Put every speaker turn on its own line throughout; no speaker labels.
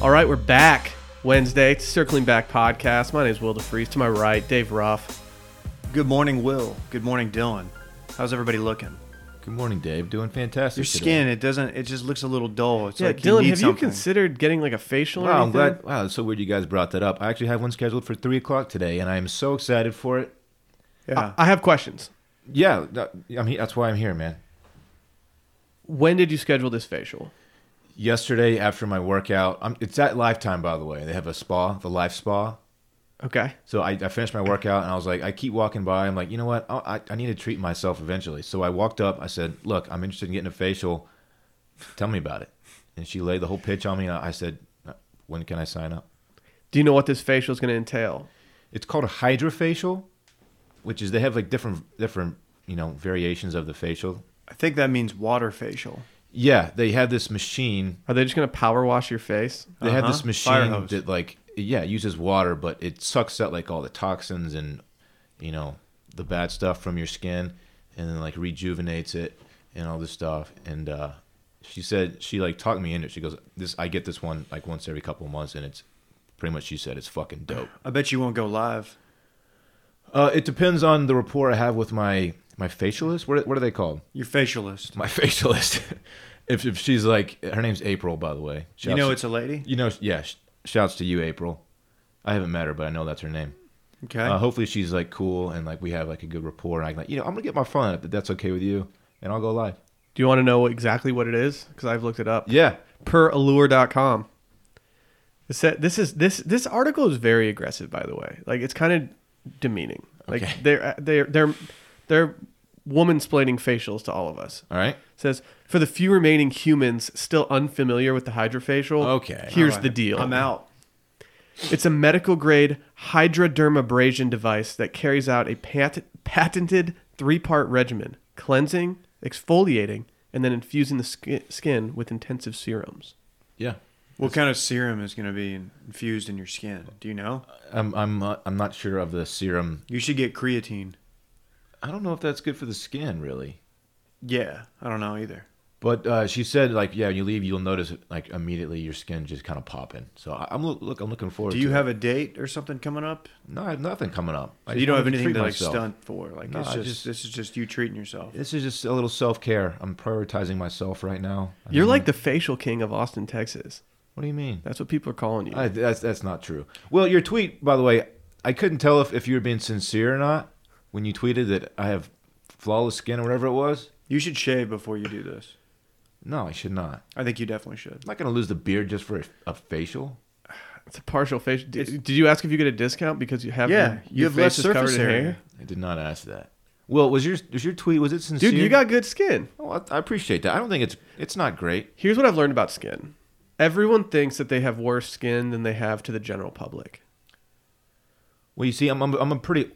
All right, we're back Wednesday. It's Circling Back podcast. My name is Will DeFreeze. To my right, Dave Ruff.
Good morning, Will. Good morning, Dylan. How's everybody looking?
Good morning, Dave. Doing fantastic.
Your
today.
skin, it doesn't. It just looks a little dull. It's
yeah,
like you
Dylan,
need
have you
something.
considered getting like a facial or
Wow, I'm
anything?
glad. Wow, it's so weird you guys brought that up. I actually have one scheduled for three o'clock today, and I am so excited for it.
yeah.
I, I have questions.
Yeah, that- I'm he- that's why I'm here, man.
When did you schedule this facial?
Yesterday after my workout, i it's at Lifetime, by the way. They have a spa, the Life Spa.
Okay.
So I, I finished my workout, and I was like, I keep walking by. I'm like, you know what? I, I, I need to treat myself eventually. So I walked up. I said, look, I'm interested in getting a facial. Tell me about it. And she laid the whole pitch on me, and I I said, "Uh, when can I sign up?
Do you know what this facial is going to entail?
It's called a hydrofacial, which is they have like different different you know variations of the facial.
I think that means water facial.
Yeah, they have this machine.
Are they just going to power wash your face?
They have
Uh-huh,
this
fire
machine
hose.
that like yeah it uses water, but it sucks out like all the toxins and you know the bad stuff from your skin, and then like rejuvenates it and all this stuff. And uh, she said she like talked me into it. She goes, "This I get this one like once every couple of months, and it's pretty much she said it's fucking dope."
I bet you won't go live.
Uh, it depends on the rapport I have with my my facialist. What are- what are they called?
You're facialist.
my facialist. if, if she's like, her name's April, by the way.
you know
Shouts-
it's a lady.
you know, yeah. sh- Shouts to you, April. I haven't met her, but I know that's her name.
Okay.
Uh, hopefully, she's like cool and like we have like a good rapport. And I can like, you know, I'm gonna get my phone up if that's okay with you, and I'll go live.
Do you want to know exactly what it is? Because I've looked it up.
Yeah,
Perallure.com. It said, this is this this article is very aggressive, by the way. Like it's kind of demeaning. Like
Okay.
they're uh, they're they're they're woman splaining facials to all of us.
all right.
says for the few remaining humans still unfamiliar with the hydrofacial.
Okay.
Here's
All right.
the deal.
I'm out.
It's a medical grade hydrodermabrasion device that carries out a pat- patented three part regimen cleansing, exfoliating, and then infusing the sk- skin with intensive serums.
Yeah,
What kind of serum is going to be in- infused in your skin? Do you know?
I'm I'm uh, I'm not sure of the serum.
You should get creatine.
I don't know if that's good for the skin, really.
Yeah, I don't know either.
But uh, she said, like, yeah, when you leave, you'll notice like immediately your skin just kind of popping. So I, I'm look, look, I'm looking forward.
Do
to
you
it.
have a date or something coming up?
No, I have nothing coming up. I
So you
just
don't have
wanted
anything
treat
to like
myself.
stunt for. Like
No,
it's
I
just,
just-
this is just you treating yourself.
This is just a little self care. I'm prioritizing myself right now. I
You're
Mm-hmm.
mean,
like the facial king of Austin, Texas.
what do you mean?
That's what people are calling you.
I, that's that's not true. Well, your tweet, by the way, I couldn't tell if, if you were being sincere or not when you tweeted that I have flawless skin or whatever it was.
You should shave before you do this.
No, I should not.
I think you definitely should.
I'm not gonna lose the beard just for a, a facial.
it's a partial facial. Did,
It's-
did you ask if you get a discount because you have
Yeah,
your-
you
your
have less
face is covered
surface
in
area.
hair?
I did not ask that. Well, was your was your tweet was it sincere?
Dude, you got good skin.
Well, Oh, I, I appreciate that. I don't think it's it's not great.
Here's what I've learned about skin. Everyone thinks that they have worse skin than they have to the general public.
Well, you see, I'm I'm, I'm a pretty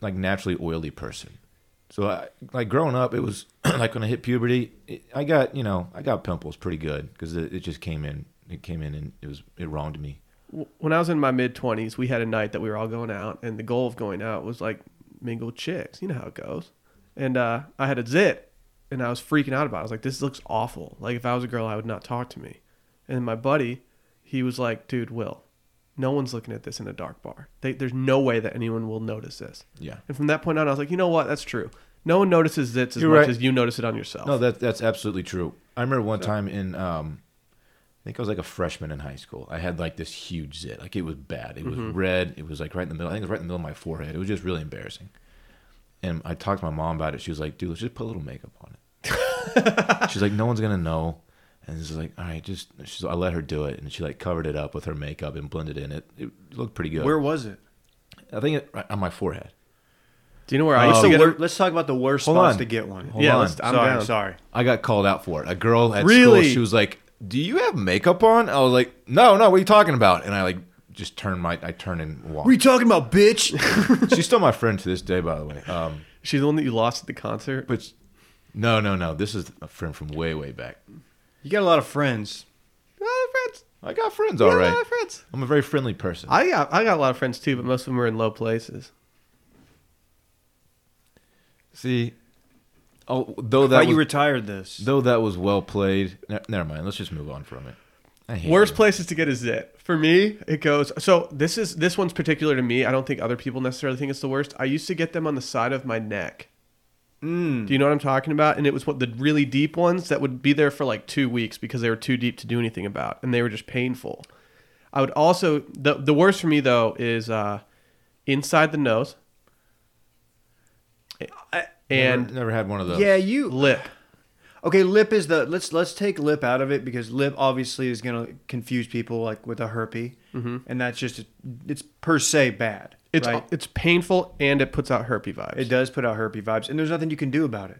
like naturally oily person. So I, like growing up, it was like when I hit puberty, it, I got you know I got pimples pretty good because it, it just came in, it came in and it was it wronged me.
W- When I was in my mid 20s, we had a night that we were all going out, and the goal of going out was like mingle chicks. You know how it goes. And uh, I had a zit, and I was freaking out about it. I was like, this looks awful. Like, if I was a girl, I would not talk to me. And then my buddy, he was like, dude, Will, no one's looking at this in a dark bar. They, there's no way that anyone will notice this.
Yeah.
And from that point on, I was like, you know what? That's true. No one notices zits as
You're
much
right.
as you notice it on yourself.
No, that that's absolutely true. I remember one time in um, I think I was like a freshman in high school. I had like this huge zit, like it was bad. It was red. It was like right in the middle. I think it was right in the middle of my forehead. It was just really embarrassing. And I talked to my mom about it. She was like, "Dude, let's just put a little makeup on it." She's like, "No one's gonna know." And she's like, "All right, just." She's, I let her do it, and she like covered it up with her makeup and blended in it. It looked pretty good.
Where was it?
I think it, right on my forehead.
Do you know where I
Oh,
What's
used
the
to get
wor-
it?
let's talk about the worst
Hold
spots
on.
to get one.
Hold
yeah,
on.
let's- I'm
sorry,
down.
sorry.
I got called out for it. A girl at
Really?
school, she was like, "Do you have makeup on?" I was like, "No, no. What are you talking about?" And I like just turned my, I turned and
What are you
walked.
talking about, bitch?
She's still my friend to this day, by the way. Um,
She's the one that you lost at the concert.
but s- no, no, no. This is a friend from way, way back.
you got a lot of friends.
friends.
I got friends, all right.
friends.
I'm a very friendly person.
I got I got a lot of friends too, but most of them are in low places.
See, oh, though
Why
that
you
was,
retired this?
though that was well played. Ne- never mind. Let's just move on from it. I hate
Worst
you.
places to get a zit. For me, it goes. So this is this one's particular to me. I don't think other people necessarily think it's the worst. I used to get them on the side of my neck.
Mm.
Do you know what I'm talking about? And it was what the really deep ones that would be there for like two weeks because they were too deep to do anything about, and they were just painful. I would also the the worst for me though is uh, inside the nose
Never-
and
never, had one of those.
Yeah, you.
lip.
Okay, lip is the let's let's take lip out of it because lip obviously is gonna confuse people like with a herpy, and that's just it's per se bad.
It's
right?
it's painful and it puts out herpy vibes.
it does put out herpy vibes, and there's nothing you can do about it.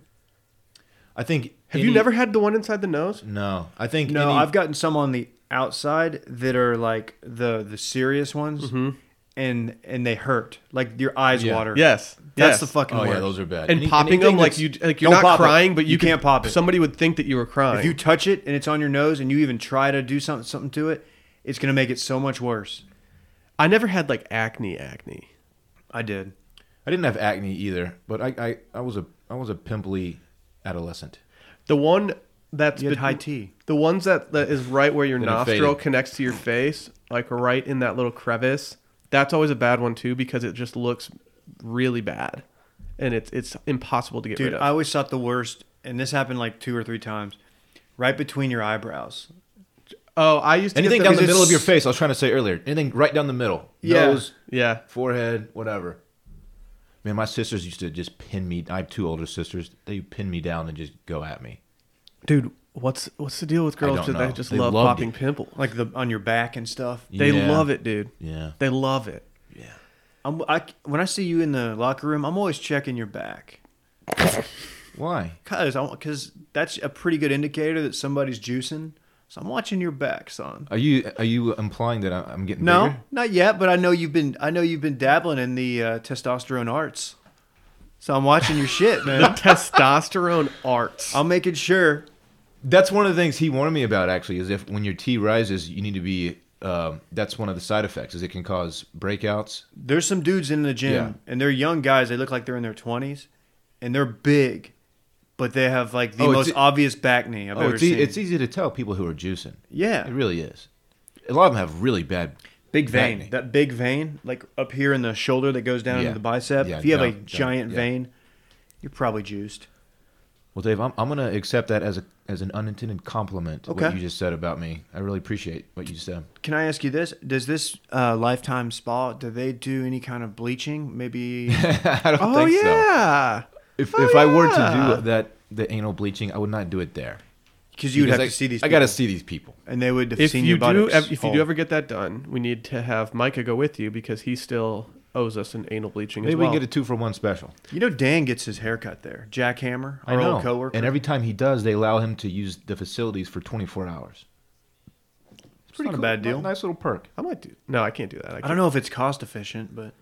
I think.
Have you
any-
never had the one inside the nose?
No, I think.
No,
any-
I've gotten some on the outside that are like the the serious ones, and and they hurt like your eyes
Mm-hmm. Yeah.
water.
Yes.
that's
yes.
the fucking
Oh
worst.
yeah, those are bad.
and
Any-
popping
anything
them like
that's-
you like you're
Don't
not
pop it.
crying, but you,
You
could-
can't pop it.
Somebody would think that you were crying.
If you touch it and it's on your nose and you even try to do something something to it, it's gonna make it so much worse.
I never had like acne, acne.
I did.
I didn't have acne either, but I, I, I was a I was a pimply adolescent.
The one that's
You had
bet-
high T.
The ones that that is right where your
Then it
nostril
faded.
connects to your face, like right in that little crevice. That's always a bad one too because it just looks really bad, and it's it's impossible to get
Dude,
rid of.
I always thought the worst, and this happened like two or three times, right between your eyebrows.
oh, I used to
Anything
get
down
them
the
because
middle of your
it's-
face. I was trying to say earlier. Anything right down the middle.
Yeah.
Nose,
Yeah,
forehead, whatever. Man, my sisters used to just pin me. I have two older sisters. They pin me down and just go at me.
dude. What's what's the deal with girls
don't
that they
know.
just
They
love
loved
popping
it.
pimples?
Like the on your back and stuff.
They
Yeah.
love it, dude.
Yeah.
They love it.
Yeah.
I'm, I, when I see you in the locker room, I'm always checking your back.
Why?
Cause, I, cause that's a pretty good indicator that somebody's juicing. So I'm watching your back, son.
Are you are you implying that I- I'm getting
No,
bigger?
not yet. But I know you've been. I know you've been dabbling in the uh, testosterone arts. So I'm watching your shit,
The
man.
testosterone arts.
I'm making sure.
That's one of the things he warned me about actually. Is if when your T rises, you need to be. Um, that's one of the side effects. Is it can cause breakouts.
There's some dudes in the gym,
Yeah.
and they're young guys. They look like they're in their 20s, and they're big, but they have like the
Oh, it's
most
e-
obvious back knee I've
Oh,
ever
it's, e-
seen.
it's easy to tell people who are juicing.
yeah,
It really is. A lot of them have really bad.
big vein.
Acne.
That big vein, like up here in the shoulder that goes down
Yeah.
into the bicep.
Yeah,
if you have a
down, down,
giant
yeah.
vein, you're probably juiced.
Well, Dave, I'm, I'm gonna accept that as a as an unintended compliment. What
Okay.
you just said about me, I really appreciate what you said.
Can I ask you this? Does this uh, lifetime spa do they do any kind of bleaching? Maybe
I don't
oh
think so.
yeah.
If
Oh,
if I were to
yeah.
do that, the anal bleaching, I would not do it there.
because you would have
Because I,
to see these.
I gotta
people,
see these people.
and they would have
if
seen
you
your
do,
buttocks.
if, if you do
whole.
ever get that done, we need to have Micah go with you because he still owes us an anal bleaching
Maybe
as well.
we can get a two for one special.
you know, Dan gets his haircut there. Jack Hammer, our
I know.
old coworker.
And every time he does, they allow him to use the facilities for 24 hours. It's
not a bad deal.
Nice little perk.
I might do. No, I can't do that. I,
I
can't.
don't know if it's cost efficient, but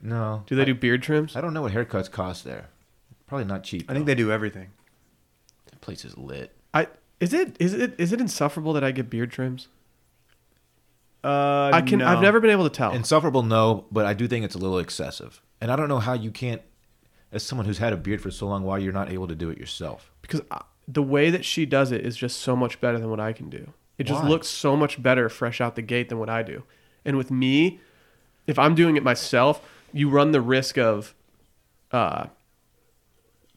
No.
Do they do beard trims?
I don't know what haircuts cost there. Probably not cheap.
I think
though.
they do everything.
that place is lit.
I is it is it is it insufferable that I get beard trims?
Uh,
I can. I've never been able to tell.
Insufferable, no, but I do think it's a little excessive. And I don't know how you can't, as someone who's had a beard for so long, why you're not able to do it yourself.
because I, the way that she does it is just so much better than what I can do. It just
Why?
looks so much better fresh out the gate than what I do. And with me, if I'm doing it myself, you run the risk of uh,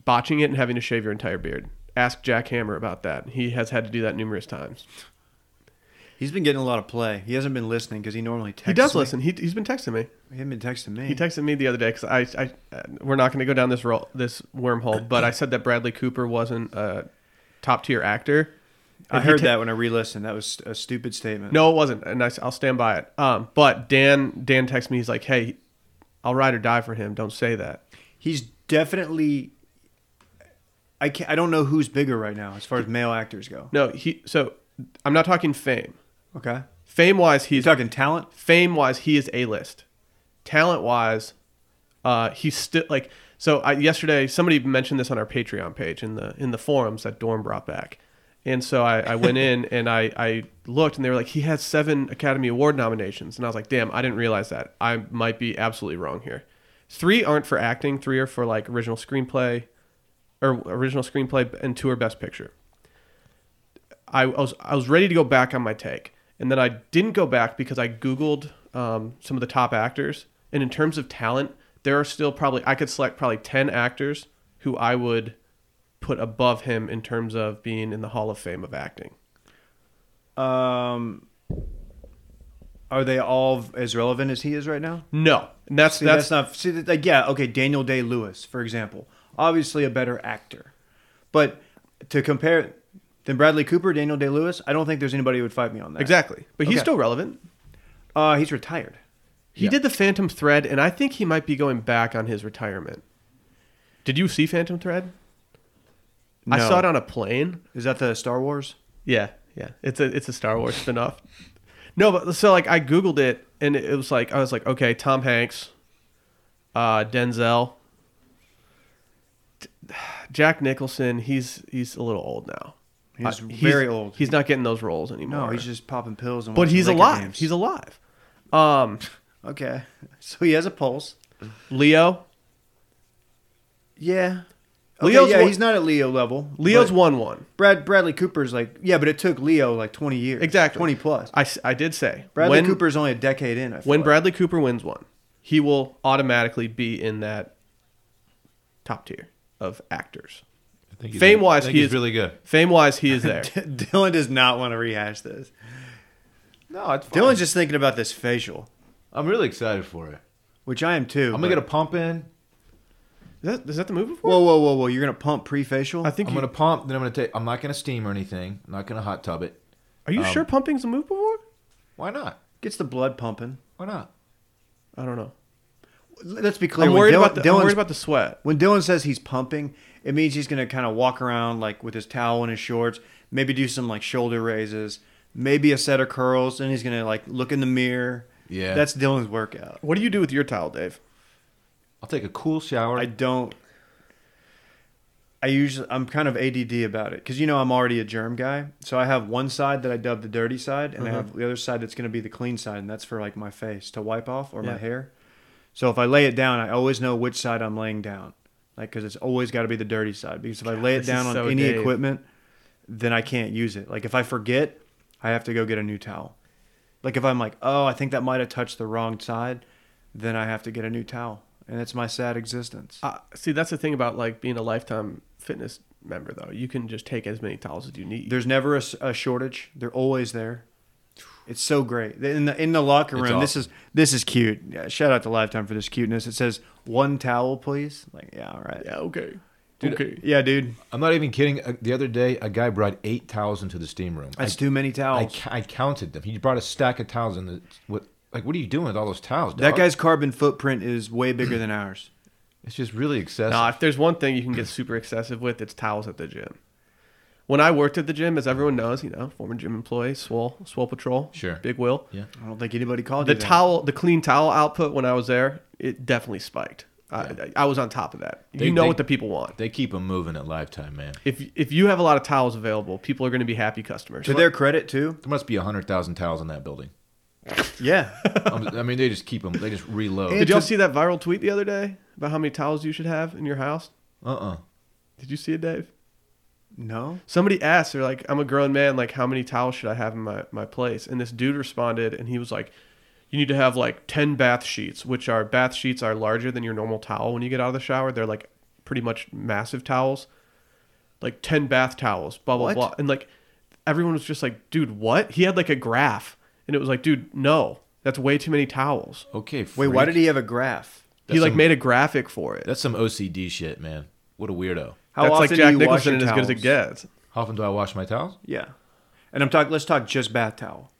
botching it and having to shave your entire beard. Ask Jack Hammer about that. He has had to do that numerous times.
He's been getting a lot of play. He hasn't been listening because he normally texts.
he does
me.
listen. He, he's been texting me.
He hasn't been texting me.
He texted me the other day because I, I, uh, we're not going to go down this role, this wormhole. But I said that Bradley Cooper wasn't a top tier actor.
I
And he
heard
te-
that when I re-listened. That was a stupid statement.
No, it wasn't, and I, will stand by it. Um, but Dan Dan texts me. He's like, "Hey, I'll ride or die for him. Don't say that."
he's definitely. I can't, I don't know who's bigger right now as far as male actors go.
No, he. So I'm not talking fame.
Okay,
Fame wise, he's
you talking talent?
fame wise he is a list. Talent wise, uh, he's still like. So I, yesterday, somebody mentioned this on our Patreon page in the in the forums that Dorm brought back, and so I, I went in and I I looked and they were like he has seven Academy Award nominations, and I was like, damn, I didn't realize that. I might be absolutely wrong here. Three aren't for acting. Three are for like original screenplay, or original screenplay and two are best picture. I was I was ready to go back on my take, And then I didn't go back because I Googled um, some of the top actors. And in terms of talent, there are still probably, I could select probably 10 actors who I would put above him in terms of being in the Hall of Fame of acting.
Um, are they all as relevant as he is right now?
No. And that's,
See,
that's,
that's, not. See, that- like, yeah, okay. Daniel Day Lewis, for example, obviously a better actor, but to compare than Bradley Cooper, Daniel Day Lewis, I don't think there's anybody who would fight me on that.
exactly. But he's
Okay.
still relevant.
Uh, he's retired.
He
Yeah.
did the Phantom Thread, and I think he might be going back on his retirement. Did you see Phantom Thread? I
No.
saw it on a plane.
Is that the Star Wars?
Yeah, yeah. It's a it's a Star Wars spinoff. No, but so like I googled it, and it was like I was like, okay, Tom Hanks, uh, Denzel, Jack Nicholson. He's he's a little old now.
He's
Uh,
very old.
He's not getting those roles
no,
anymore.
he's just popping pills and.
but
watching
he's
Laker
alive.
games.
He's alive. Um,
okay. So he has a pulse.
Leo,
Yeah.
Leo's
Leo's yeah,
one-
he's not at Leo level.
Leo's
but
won one.
Brad Bradley Cooper's like yeah, but it took Leo like twenty years.
Exactly.
Twenty plus.
I, s- I did say
Bradley
when,
Cooper's only a decade in. I feel
when
like.
Bradley Cooper wins one, he will automatically be in that top tier of actors.
I think he's-
Fame-wise,
I think
he
he's
is-
really good.
Fame wise, he is there.
Dylan does not want to rehash this.
No, it's fine.
Dylan's just thinking about this facial,
I'm really excited for it.
which I am too.
I'm gonna get a pump in.
Is that, is that the movie before?
Whoa, whoa, whoa, whoa! You're gonna pump pre-facial?
I think.
I'm
you-
gonna pump. Then I'm gonna take. I'm not gonna steam or anything. I'm not gonna hot tub it.
are you
um,
sure pumping's a move before?
Why not?
gets the blood pumping.
Why not?
I don't know.
Let's be clear.
I'm
when
worried
Dylan-
about the. I'm
Dylan's-
worried about the sweat.
When Dylan says he's pumping, it means he's gonna kind of walk around like with his towel and his shorts, maybe do some like shoulder raises, maybe a set of curls, and he's gonna like look in the mirror.
Yeah.
that's Dylan's workout.
What do you do with your towel, Dave?
I'll take a cool shower.
I don't. I usually I'm kind of ADD about it because you know I'm already a germ guy, so I have one side that I dub the dirty side, and I
Mm-hmm.
have the other side that's going to be the clean side, and that's for like my face to wipe off or
Yeah.
my hair. So if I lay it down, I always know which side I'm laying down, like because it's always got to be the dirty side. Because if I lay it
this
down
is
on
so
any
Dave.
equipment, then I can't use it. Like if I forget, I have to go get a new towel. Like if I'm like, oh, I think that might have touched the wrong side, then I have to get a new towel, and it's my sad existence.
Uh, see, that's the thing about like being a lifetime fitness member, though. You can just take as many towels as you need.
There's never a, s- a shortage. They're always there. It's so great in the in the locker
It's
room. This is this is cute. Yeah, shout out to Lifetime for this cuteness. It says one towel, please. Like yeah, all right. Yeah,
yeah. Okay.
Dude,
okay.
dude,
I'm not even kidding. Uh, The other day, a guy brought eight towels into the steam room.
that's
I, oh.
too many
I,
towels.
ca- I counted them. He brought a stack of towels in the. What? Like, what are you doing with all those towels?
That
dog?
guy's carbon footprint is way bigger than ours.
It's just really excessive.
Nah, if there's one thing you can get super excessive with, it's towels at the gym. When I worked at the gym, as everyone knows, you know, former gym employee, Swole, Swole Patrol,
Sure.
Big Will.
yeah.
I don't think anybody called
The
you that.
towel, the clean towel output when I was there, it definitely spiked. I, I was on top of that.
They-
you know
they-
what the people want.
They keep them moving at lifetime, man.
If if you have a lot of towels available, people are going to be happy customers.
To their credit, too.
There must be hundred thousand towels in that building.
Yeah,
I'm- I mean, they just keep them. They just reload.
Did y'all
to-
see that viral tweet the other day about how many towels you should have in your house?
Uh uh
Did you see it, Dave?
no.
Somebody asked, they're like, I'm a grown man, like, how many towels should I have in my, my place? And this dude responded, and he was like, You need to have like 10 bath sheets, which are bath sheets are larger than your normal towel when you get out of the shower. They're like pretty much massive towels, like 10 bath towels, blah, blah,
What?
blah. And like, everyone was just like, Dude, what? He had like a graph, and it was like, Dude, no, that's way too many towels.
Okay.
Wait,
freak.
why did he have a graph?
he
That's
like
some-
made a graphic for it.
That's some OCD shit, man. What a weirdo.
How
That's like
often do
Jack
you wash
Nicholson
your
and as good as it
towels?
gets.
How often do I wash my towels?
Yeah, and I'm talking. Let's talk just bath towel.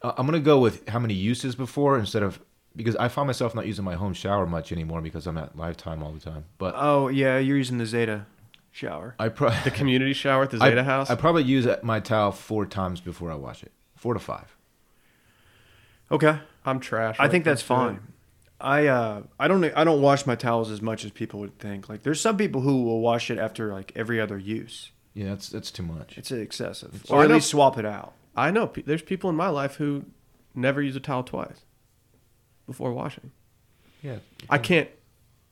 Uh, I'm gonna go with how many uses before instead of because I find myself not using my home shower much anymore because I'm at lifetime all the time. But
Oh yeah, you're using the Zeta shower.
I probably
The community shower at the Zeta
I,
House.
I probably use my towel four times before I wash it. Four to five.
Okay.
I'm trash.
I
when it
think
comes
that's
to it.
fine. I uh, I don't I don't wash my towels as much as people would think. Like there's some people who will wash it after like every other use.
Yeah, that's that's too much.
It's excessive,
Well,
or
I
at
know-
least swap it out.
I know pe- there's people in my life who never use a towel twice before washing.
Yeah.
I can't.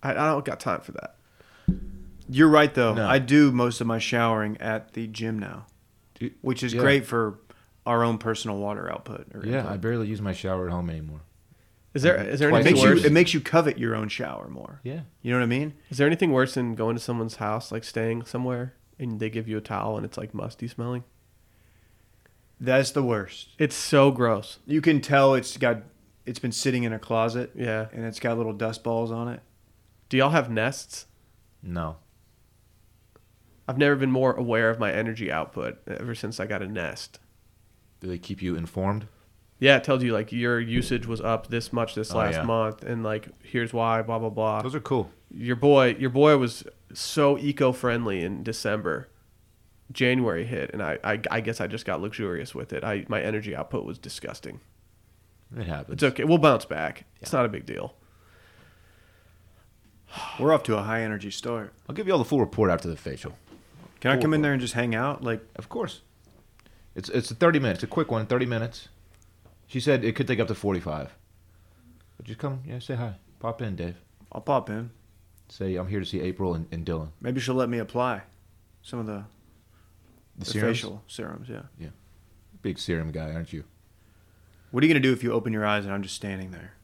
I, I don't got time for that.
You're right though.
No.
I do most of my showering at the gym now,
Dude,
which is
yeah.
great for our own personal water output. Or
Yeah, I
input.
barely use my shower at home anymore.
Is there is there
Mm-hmm.
it makes
Twice
anything
the
you
worse?
worst.
it makes you covet your own shower more.
Yeah.
You know what I mean?
Is there anything worse than going to someone's house, like staying somewhere, and they give you a towel and it's like musty smelling?
That's the worst.
It's so gross.
You can tell it's got it's been sitting in a closet
Yeah.
and it's got little dust balls on it.
Do y'all have nests?
No.
I've never been more aware of my energy output ever since I got a nest.
Do they keep you informed?
Yeah, it tells you like your usage was up this much this
Oh,
last
yeah.
month, and like here's why, blah blah blah.
Those are cool.
your boy, your boy was so eco friendly in December. January hit, and I, I, I guess I just got luxurious with it. I, my energy output was disgusting.
It happens.
It's okay. We'll bounce back. It's not a big deal.
We're off to a high energy start.
I'll give you all the full report after the facial.
Can I
Cool.
come in there and just hang out? Like
Of course. It's it's a 30 minutes, a quick one, 30 minutes. She said it could take up to 45. But just come, yeah, say hi. Pop in, Dave.
I'll pop in.
Say I'm here to see April and, and Dylan.
Maybe she'll let me apply some of the, the
The, serums?
facial serums. Yeah.
Big serum guy, aren't you?
What are you gonna do if you open your eyes and I'm just standing there,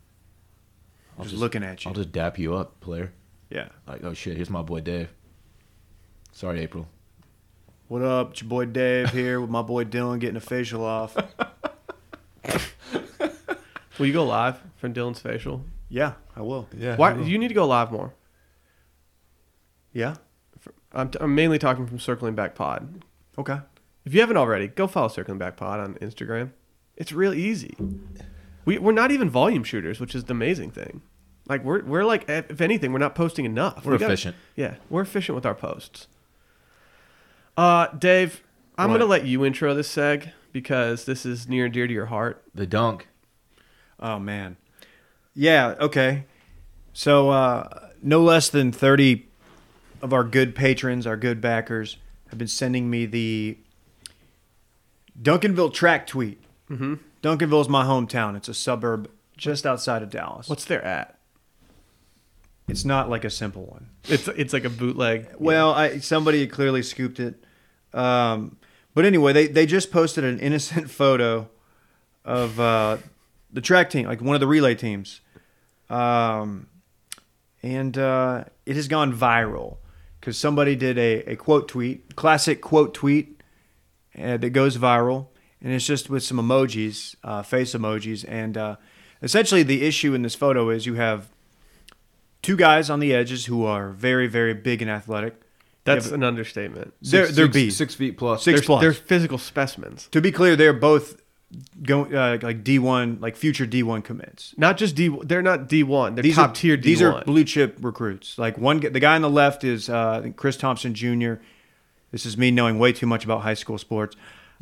I'll
just, looking at you?
I'll just dap you up, player.
yeah.
Like, oh shit, here's my boy Dave. Sorry, April.
What up? It's your boy Dave here with my boy Dylan getting a facial off.
Will you go live from Dylan's facial?
yeah, I will.
Yeah.
Why you need to go live more?
Yeah.
I'm, t- I'm mainly talking from Circling Back Pod.
Okay.
If you haven't already, go follow Circling Back Pod on Instagram. It's real easy. We we're not even volume shooters, which is the amazing thing. Like we're we're like eh, if if anything, we're not posting enough.
We're
We gotta-
efficient.
yeah, we're efficient with our posts. Uh, Dave, I'm
What?
gonna let you intro this seg because this is near and dear to your heart.
The dunk.
Oh man. Yeah, okay. So uh no less than 30 of our good patrons, our good backers have been sending me the Duncanville track tweet.
hmm
Duncanville is my hometown. It's a suburb just outside of Dallas.
What's their at?
It's not like a simple one.
It's it's like a bootleg.
Well, I somebody had clearly scooped it. Um, but anyway, they they just posted an innocent photo of uh, the track team, like one of the relay teams, um, and uh, it has gone viral because somebody did a, a quote tweet, classic quote tweet uh, that goes viral, and it's just with some emojis, uh, face emojis, and uh, essentially the issue in this photo is you have two guys on the edges who are very, very big and athletic. You
that's
have-
an understatement.
they're
Six-
they're
six-
beasts.
Six feet plus.
Six
they're,
plus.
they're physical specimens.
to be clear, they're both go, uh, like D one, like future D one commits.
Not just D. They're not D one. They're top
are
tier D
These are
one.
blue chip recruits. Like one, g- the guy on the left is uh, I think Chris Thompson Jr. This is me knowing way too much about high school sports.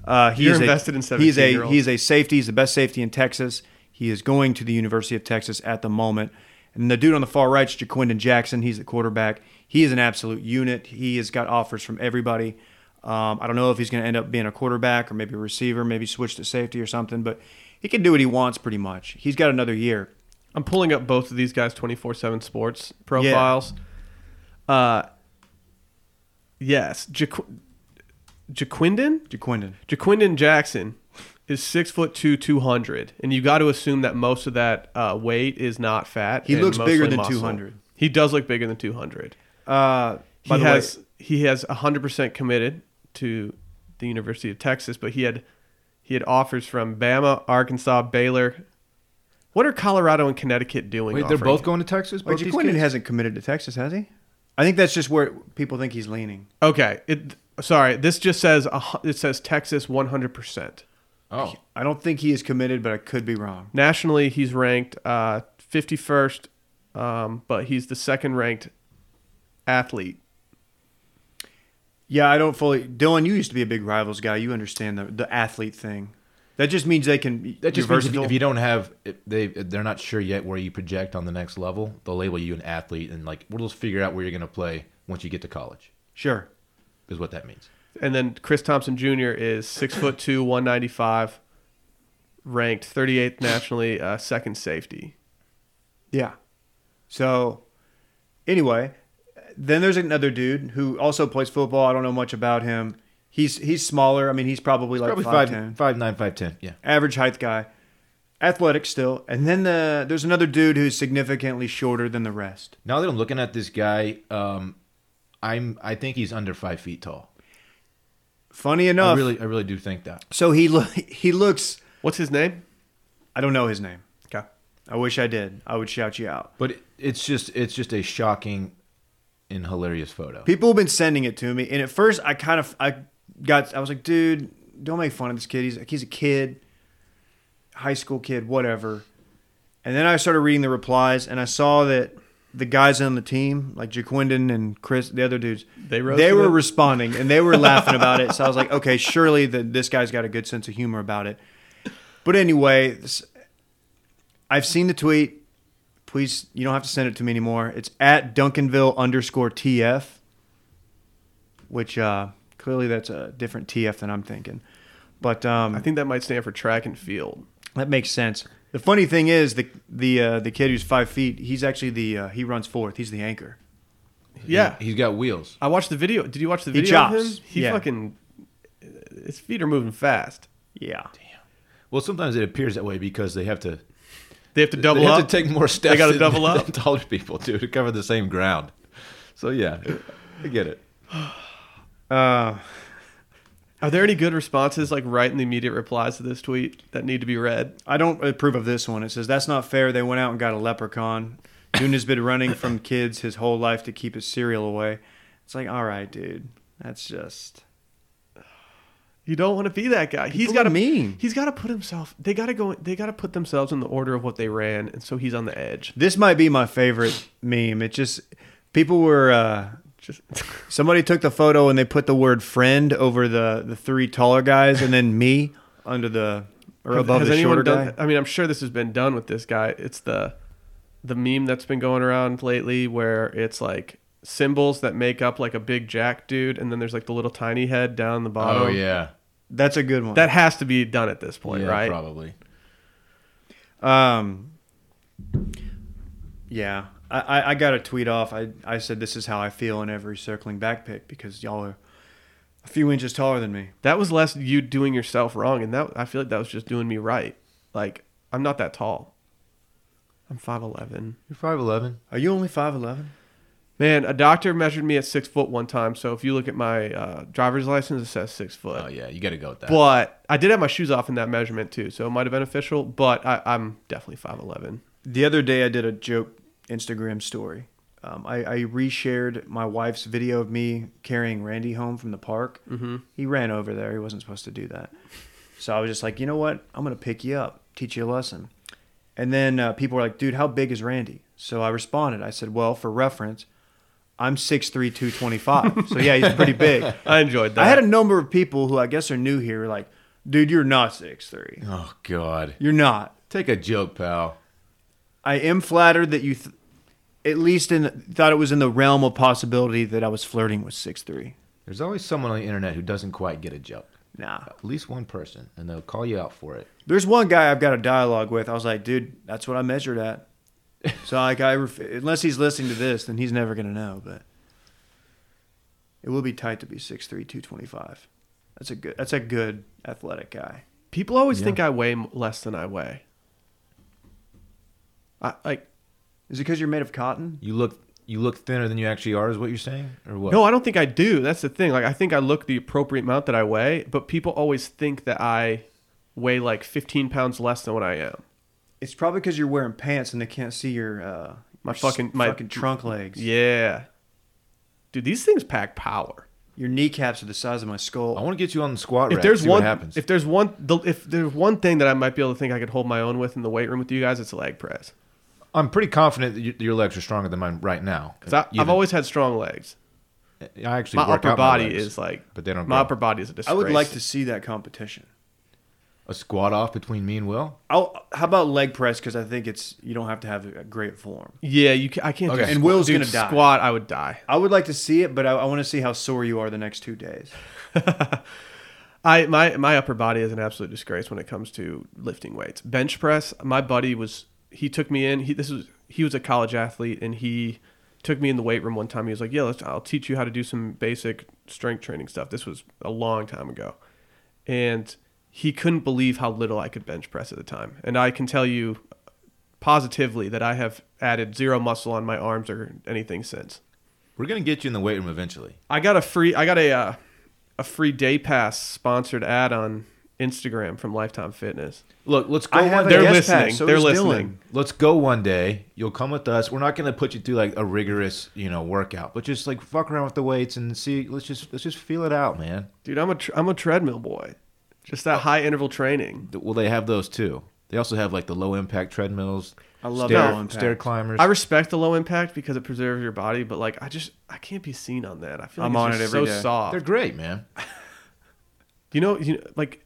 Uh, he
You're
is
invested
a,
in
He's a
17-year-olds.
he's a safety. He's the best safety in Texas. He is going to the University of Texas at the moment. And the dude on the far right is Jaquindon Jackson. He's the quarterback. He is an absolute unit. He has got offers from everybody. Um, I don't know if he's going to end up being a quarterback or maybe a receiver, maybe switch to safety or something, but he can do what he wants pretty much. He's got another year.
I'm pulling up both of these guys' 24 seven sports profiles. Uh, yes, Jaqu- Jaquindon
Jaquindon.
Jaquindon Jackson is six foot two, 200, and you got to assume that most of that uh, weight is not fat.
He
and
looks bigger
mostly
than
muscle.
200.
He does look bigger than 200.
Uh,
He
by the way,
has he has 100% committed to the University of Texas, but he had he had offers from Bama, Arkansas, Baylor. What are Colorado and Connecticut doing?
Wait, they're
offering
both going to Texas?
Wait,
Both these
Jaquindon
kids?
hasn't committed to Texas, has he? I think that's just where people think he's leaning.
Okay. It sorry. This just says a, hu- it says Texas 100%.
Oh.
I don't think he is committed, but I could be wrong.
Nationally, he's ranked uh, 51st, um, but he's the second ranked athlete.
Yeah, I don't fully. Dylan, you used to be a big rivals guy. You understand the the athlete thing. That just means they can.
That just
you're
means if, you-
versatile.
if you don't have if they if they're not sure yet where you project on the next level, they'll label you an athlete and like we'll just figure out where you're gonna play once you get to college
sure.
is what that means.
And then Chris Thompson Jr. is six foot two, 195, ranked 38th nationally, uh, second safety.
Yeah. So, anyway, then there's another dude who also plays football. I don't know much about him. He's he's smaller. I mean, he's probably like
Probably
five
five,
ten.
five nine, five ten. Yeah.
average height guy, athletic still. And then the there's another dude who's significantly shorter than the rest.
Now that I'm looking at this guy, um, I'm I think he's under five feet tall.
Funny enough,
I really I really do think that.
so he lo- he looks.
What's his name?
I don't know his name.
Okay.
I wish I did. I would shout you out.
But it, it's just it's just a shocking and hilarious photo.
People have been sending it to me, and at first I kind of I got I was like, dude, don't make fun of this kid. He's he's a kid, high school kid, whatever. And then I started reading the replies, and I saw that the guys on the team, like Jaquindon and Chris, the other dudes,
They roasted
they were
it?
responding and they were laughing about it. So I was like, okay, surely that this guy's got a good sense of humor about it. But anyway, this- I've seen the tweet. Please, you don't have to send it to me anymore. It's at Duncanville underscore TF, which uh, clearly that's a different TF than I'm thinking. But um,
I think that might stand for track and field.
that makes sense. The funny thing is the the uh, the kid who's five feet. He's actually the uh, he runs fourth. He's the anchor.
Yeah.
He's got wheels.
I watched the video. Did you watch the
He
video of him?
chops.
He
Yeah.
fucking his feet are moving fast.
Yeah.
Well, sometimes it appears that way because they have to
They have to double
they have
up.
to take more steps.
gotta
than-
double up.
than taller people do to cover the same ground. So yeah, I get it.
Uh,
are there any good responses like right in the immediate replies to this tweet that need to be read?
I don't approve of this one. It says that's not fair. They went out and got a leprechaun. Dune has been running from kids his whole life to keep his cereal away. It's like, all right, dude. That's just
You don't want to be that guy. He's
People
got to
are mean.
He's got to put himself. They got to go. They got to put themselves in the order of what they ran, and so he's on the edge.
this might be my favorite meme. It just people were uh,
Just
somebody took the photo and they put the word friend over the the three taller guys and then me under the or above the shorter guy.
done? I mean, I'm sure this has been done with this guy. It's the the meme that's been going around lately where it's like symbols that make up like a big jack dude, and then there's like the little tiny head down the bottom.
Oh yeah,
That's a good one.
That has to be done at this point,
yeah,
right?
Probably.
um, yeah, I, I, I got a tweet off. I, I said this is how I feel in every circling back pick because y'all are a few inches taller than me.
That was less you doing yourself wrong, and that I feel like that was just doing me right. Like I'm not that tall. I'm five eleven.
You're five eleven.
Are you only five eleven?
Man, a doctor measured me at six foot one time. So if you look at my uh, driver's license, it says six foot.
Oh yeah, you got to go with that.
But I did have my shoes off in that measurement too, so it might have been official. But I, I'm definitely five eleven.
The other day I did a joke Instagram story. Um, I, I reshared my wife's video of me carrying Randy home from the park. Mm-hmm. He ran over there. He wasn't supposed to do that. So I was just like, you know what? I'm going to pick you up, teach you a lesson. And then uh, people were like, dude, how big is Randy? So I responded. I said, well, for reference, I'm 6'3, 225. so yeah, he's pretty big.
I enjoyed that.
I had a number of people who I guess are new here like, dude, you're not 6'3.
oh god,
You're not.
take a joke, pal.
I am flattered that you, th- at least in thought it was in the realm of possibility that I was flirting with six three.
There's always someone on the internet who doesn't quite get a joke.
Nah,
At least one person, and they'll call you out for it.
there's one guy I've got a dialogue with. I was like, dude, that's what I measured at. So like, I ref- unless he's listening to this, then he's never gonna know. But it will be tight to be 6'3", 225. That's a good. That's a good athletic guy.
People always
Yeah.
think I weigh m- less than I weigh. I like
Is it because you're made of cotton?
You look you look thinner than you actually are, is what you're saying, or what?
no, I don't think I do. That's the thing. Like I think I look the appropriate amount that I weigh, but people always think that I weigh like 15 pounds less than what I am.
It's probably because you're wearing pants and they can't see your uh,
My
your s-
fucking- my-
fucking trunk legs.
Yeah, dude, these things pack power.
Your kneecaps are the size of my skull.
Oh,
I want to get you on the squat rack.
if there's
see
one,
what happens.
if there's one, the, if there's one thing that I might be able to think I could hold my own with in the weight room with you guys, it's leg press.
I'm pretty confident that your- your legs are stronger than mine right now.
Because
Even-
I've always had strong legs.
I actually
My
work
upper
out
body
legs.
is like,
but they don't
My
grow.
upper body is a disgrace.
I would like to see that competition.
a squat off between me and Will.
I'll, how about leg press? Because I think it's you don't have to have a great form.
Yeah, you. Can, I can't.
Okay.
Do
And
squ-
Will's
dude,
gonna die.
Squat, I would die.
I would like to see it, but I, I want to see how sore you are the next two days.
I my my upper body is an absolute disgrace when it comes to lifting weights. Bench press. My buddy was. He took me in. He this was he was a college athlete and he took me in the weight room one time. He was like, "Yeah, let's, I'll teach you how to do some basic strength training stuff." This was a long time ago, and he couldn't believe how little I could bench press at the time. And I can tell you positively that I have added zero muscle on my arms or anything since.
We're gonna get you in the weight room eventually.
I got a free I got a uh, a free day pass sponsored ad on Instagram from Lifetime Fitness.
Look, let's go
I have
one
a
They're
day.
guest
listening.
pass, so
They're
does
listening.
Dylan.
Let's go one day. You'll come with us. We're not gonna put you through like a rigorous, you know, workout, but just like fuck around with the weights and see. Let's just let's just feel it out, man.
Dude, I'm a tr- I'm a treadmill boy. Just that high interval training.
Well, they have those too. They also have like the low impact treadmills.
I love
stair,
the low impact.
stair climbers.
I respect the low impact because it preserves your body, but like I just I can't be seen on that. I feel like
I'm
it's
on
just
it
so
every day.
soft.
Oh, They're great, man.
you know, you know, like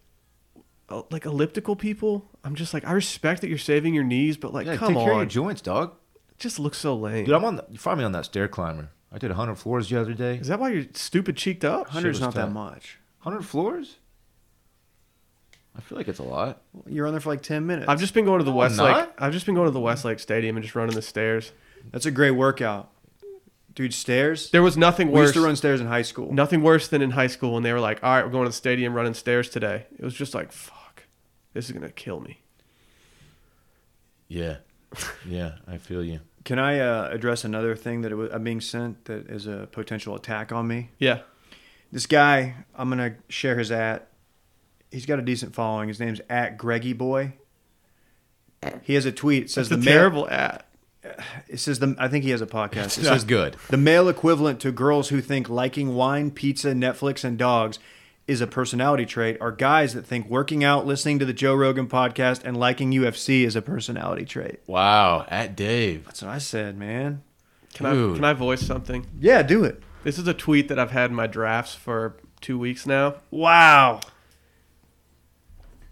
uh, like elliptical people. I'm just like I respect that you're saving your knees, but like
Yeah,
come
take care of your
on,
joints, dog.
It just looks so lame.
Dude, I'm on. The, you find me on that stair climber. I did 100 floors the other day.
Is that why you're stupid cheeked up?
Shit
100's
was
not that
tight.
much.
100 floors? I feel like it's a lot.
You're on there for like 10 minutes.
I've just been going to the
No,
Westlake.
not.
I've just been going to the Westlake Stadium and just running the stairs.
That's a great workout. Dude, stairs.
There was nothing
We
worse.
used to run stairs in high school.
Nothing worse than in high school when they were like, "All right, we're going to the stadium, running stairs today." It was just like, "Fuck, this is gonna kill me."
Yeah. Yeah, I feel you.
Can I uh, address another thing that it was, I'm being sent that is a potential attack on me?
Yeah,
This guy, I'm gonna share his at. He's got a decent following. His name's at Greggy Boy. He has a tweet. It says
that's the
the male.
terrible at.
It says the. I think he has a podcast. It
This
says
is good.
the male equivalent to girls who think liking wine, pizza, Netflix, and dogs is a personality trait are guys that think working out, listening to the Joe Rogan podcast, and liking UFC is a personality trait.
Wow, at Dave.
That's what I said, man.
Can I
Dude.
can I voice something?
Yeah, do it.
This is a tweet that I've had in my drafts for two weeks now.
Wow.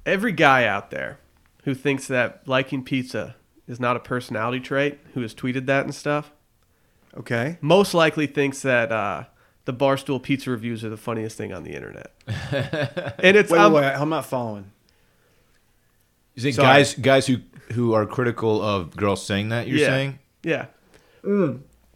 Every guy out there who thinks that liking pizza is not a personality trait, who has tweeted that and stuff,
Okay.
most likely thinks that uh, the barstool pizza reviews are the funniest thing on the internet. and it's um,
Wait,
I'm-
wait, wait, I'm not following.
You think
Sorry.
guys guys who who are critical of girls saying that you're
yeah,
saying?
yeah.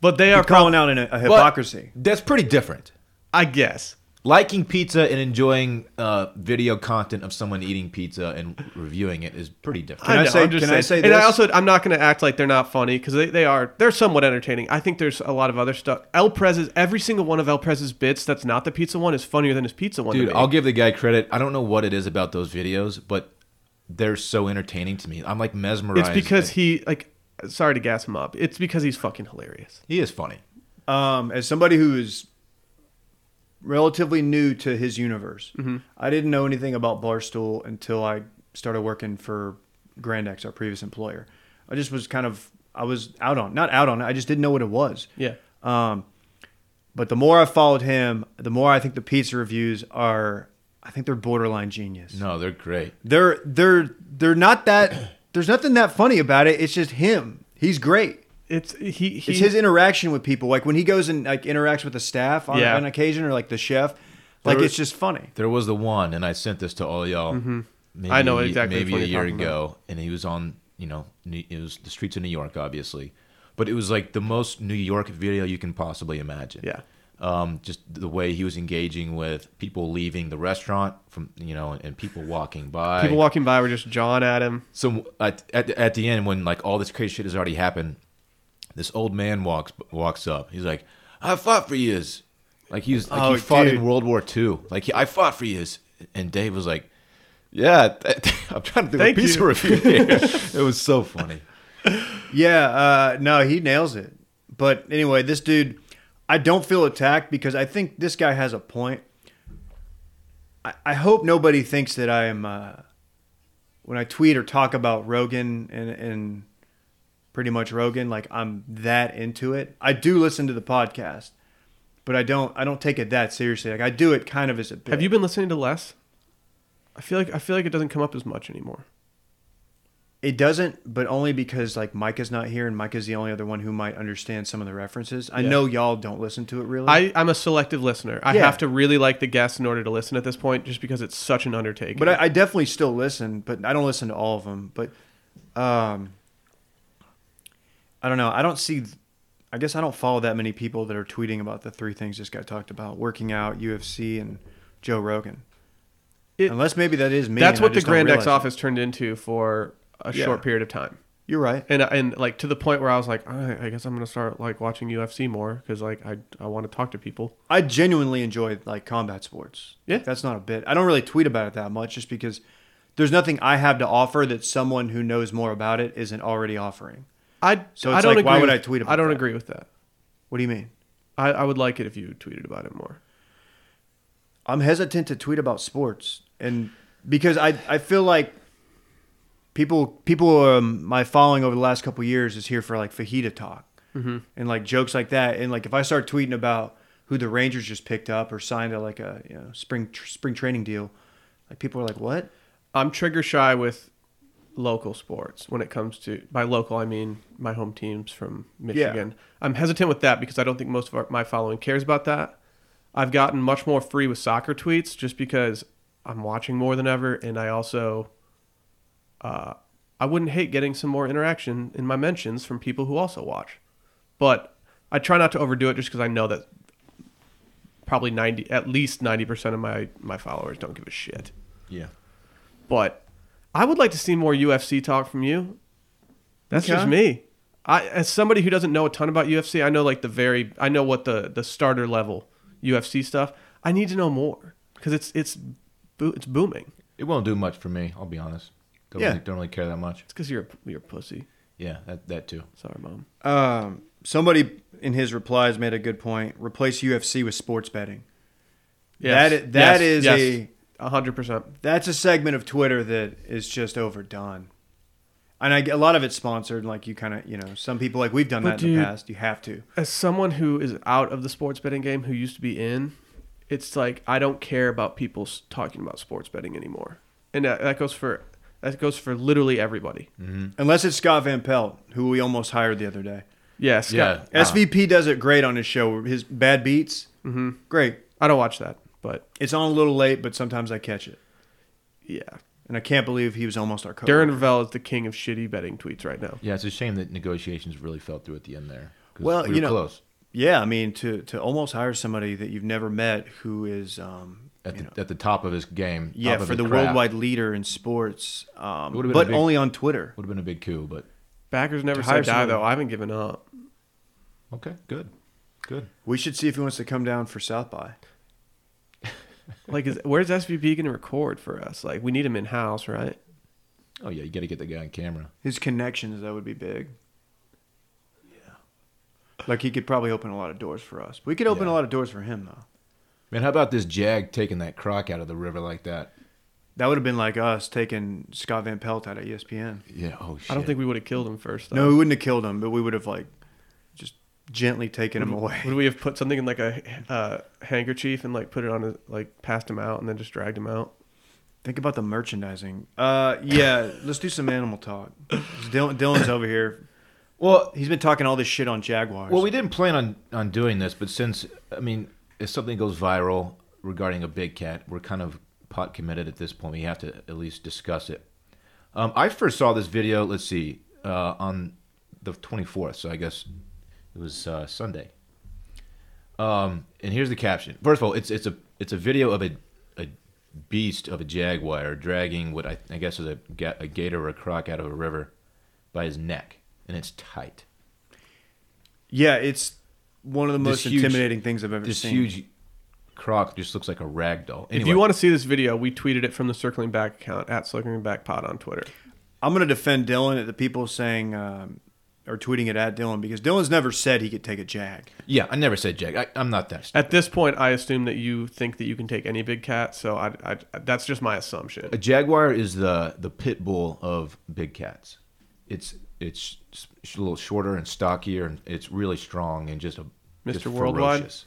But they are
You're calling out in a, a hypocrisy.
That's pretty different.
I guess.
Liking pizza and enjoying uh, video content of someone eating pizza and reviewing it is pretty different.
I say-
I'm just
can I
saying.
say
And I
this?
also, I'm not going to act like they're not funny because they, they are. They're somewhat entertaining. I think there's a lot of other stuff. El Prez's, every single one of El Prez's bits that's not the pizza one is funnier than his pizza one. to
Dude,
me.
I'll give the guy credit. I don't know what it is about those videos, but they're so entertaining to me. I'm like mesmerized.
it's because he like. Sorry to gas him up. It's because he's fucking hilarious.
he is funny.
Um, as somebody who is relatively new to his universe, I didn't know anything about Barstool until I started working for Grand X, our previous employer. I just was kind of I was out on not out on it. I just didn't know what it was.
Yeah.
Um, but the more I followed him, the more I think the pizza reviews are. I think they're borderline genius.
No, they're great.
They're they're they're not that. There's nothing that funny about it. It's just him. He's great.
It's he. he
it's his interaction with people. Like when he goes and like interacts with the staff on,
Yeah.
on occasion, or like the chef, like
There-
it's just funny.
There was the one, and I sent this to all y'all. Maybe,
Mm-hmm. I know
a-
exactly
Maybe
what
a
you're
year
talking
ago, and he was on. You know, New- it was the streets of New York, obviously, but it was like the most New York video you can possibly imagine.
Yeah.
Um, just the way he was engaging with people leaving the restaurant from you know, and, and people walking by.
people walking by were just jawing at him.
So at, at at the end, when like all this crazy shit has already happened, this old man walks walks up. He's like, "I fought for years." Like he's like
Oh,
he fought
dude.
in World War II. Like he, I fought for years. And Dave was like, "Yeah, th- I'm trying to do
Thank
a pizza
you.
review here." it was so funny.
Yeah, uh, no, he nails it. But anyway, this dude, I don't feel attacked because I think this guy has a point. I, I hope nobody thinks that I am uh, when I tweet or talk about Rogan and and pretty much Rogan, like I'm that into it. I do listen to the podcast, but I don't I don't take it that seriously. Like I do it kind of as a bit.
Have you been listening to less? I feel like I feel like it doesn't come up as much anymore.
It doesn't, but only because like Micah's not here, and Micah's the only other one who might understand some of the references. I
Yeah.
know y'all don't listen to it really.
I, I'm a selective listener. I
Uh-huh. Yeah.
have to really like the guest in order to listen at this point, just because it's such an undertaking.
but I, I definitely still listen, but I don't listen to all of them. But um, I don't know. I don't see. I guess I don't follow that many people that are tweeting about the three things this guy talked about: working out, UFC, and Joe Rogan.
It-
Unless maybe that is me.
That's
and I
what the
just don't
Grand X
realize it.
office turned into for a
Yeah.
short period of time.
You're right.
and and like to the point where I was like, All right, I guess I'm gonna start like watching UFC more because like I I want to talk to people.
I genuinely enjoy like combat sports.
Yeah.
that's not a bit. I don't really tweet about it that much, just because there's nothing I have to offer that someone who knows more about it isn't already offering.
I
So
I
it's
don't agree
like, why would
with-
I tweet about
I don't
that?
agree with that.
What do you mean?
I, I would like it if you tweeted about it more.
I'm hesitant to tweet about sports, and because I I feel like people people um, my following over the last couple years is here for like fajita talk and like jokes like that, and like if I start tweeting about who the Rangers just picked up or signed a like a you know spring tr- spring training deal, like people are like what?
I'm trigger shy with local sports when it comes to by local I mean my home teams from Michigan. I'm hesitant with that because I don't think most of our, my following cares about that. I've gotten much more free with soccer tweets just because I'm watching more than ever, and I also uh, I wouldn't hate getting some more interaction in my mentions from people who also watch, but I try not to overdo it just because I know that probably ninety at least ninety percent of my my followers don't give a shit
Yeah.
but I would like to see more UFC talk from you. That's
Okay.
just me. I, as somebody who doesn't know a ton about UFC, I know like the very, I know what the the starter level UFC stuff. I need to know more because it's it's bo- it's booming.
It won't do much for me. I'll be honest. Don't,
Yeah.
really, don't really care that much.
It's because you're a, you're a pussy.
Yeah, that, that too.
Sorry, mom.
Um, somebody in his replies made a good point. Replace UFC with sports betting. That i- that is
a hundred percent.
That's a segment of Twitter that is just overdone. And I get a lot of it's sponsored. Like you kind of, you know, some people like we've done
But
that in the
dude-
past. You have to.
As someone who is out of the sports betting game, who used to be in, it's like I don't care about people s- talking about sports betting anymore, and that, that goes for that goes for literally everybody.
Unless it's Scott Van Pelt, who we almost hired the other day.
Yeah, Scott,
Yeah. Ah.
SVP does it great on his show. His bad beats, mm-hmm. great.
I don't watch that, but
It's on a little late, but sometimes I catch it.
yeah.
Oh.
And I can't believe he was almost our coach.
Darren Ravel is the king of shitty betting tweets right now.
Yeah, it's a shame that negotiations really fell through at the end there. 'cause
Well,
we
you
were
know-
close
yeah, I mean, to to almost hire somebody that you've never met, who is, um,
at
you
the,
know,
at the top of his game.
Yeah,
top of
for
his
the
craft.
worldwide leader in sports, um,
Would've been
but
a big-
only on Twitter.
would have been a big coup, but
Backers never
To hire
say die
someone-
though. I haven't given up.
okay, good, good.
We should see if he wants to come down for South by.
Like, is, where's SVP going to record for us? Like, we need him in house, right?
Oh yeah, you got to get the guy on camera.
His connections that would be big. Yeah, like he could probably open a lot of doors for us. We could open a
Yeah.
lot of doors for him though.
Man, how about this jag taking that croc out of the river like that?
That would have been like us taking Scott Van Pelt out of E ESPN.
Yeah. Oh shit.
I don't think we would have killed him first. Though.
No, we wouldn't have killed him, but we would have like just gently taken
Mm-hmm.
him away.
Would we have put something in like a uh, handkerchief and like put it on his like passed him out and then just dragged him out?
Think about the merchandising. Uh, yeah, let's do some animal talk. Dylan, Dylan's over here.
Well,
He's been talking all this shit on Jaguars.
well, we didn't plan on on doing this, but since I mean, if something goes viral regarding a big cat, we're kind of pot committed at this point. We have to at least discuss it. Um, I first saw this video. Let's see, uh, on the 24th. So I guess it was uh, Sunday. Um, and here's the caption. First of all, it's it's a it's a video of a a beast of a jaguar dragging what I, I guess is a, ga- a gator or a croc out of a river by his neck, and it's tight.
Yeah, it's one of the
This
most
huge-
intimidating things I've ever
This
seen.
huge croc just looks like a rag doll. Anyway,
If you want to see this video, we tweeted it from the Circling Back account at Circling Back Pod on Twitter.
I'm going to defend Dylan at the people saying um, or tweeting it at Dylan because Dylan's never said he could take a jag.
yeah, I never said jag. I, I'm not that. Stupid.
At this point, I assume that you think that you can take any big cat, so I, I that's just my assumption.
A jaguar is the the pit bull of big cats. It's it's sh- a little shorter and stockier, and it's really strong and just a
Mr.
just
Worldwide?
ferocious.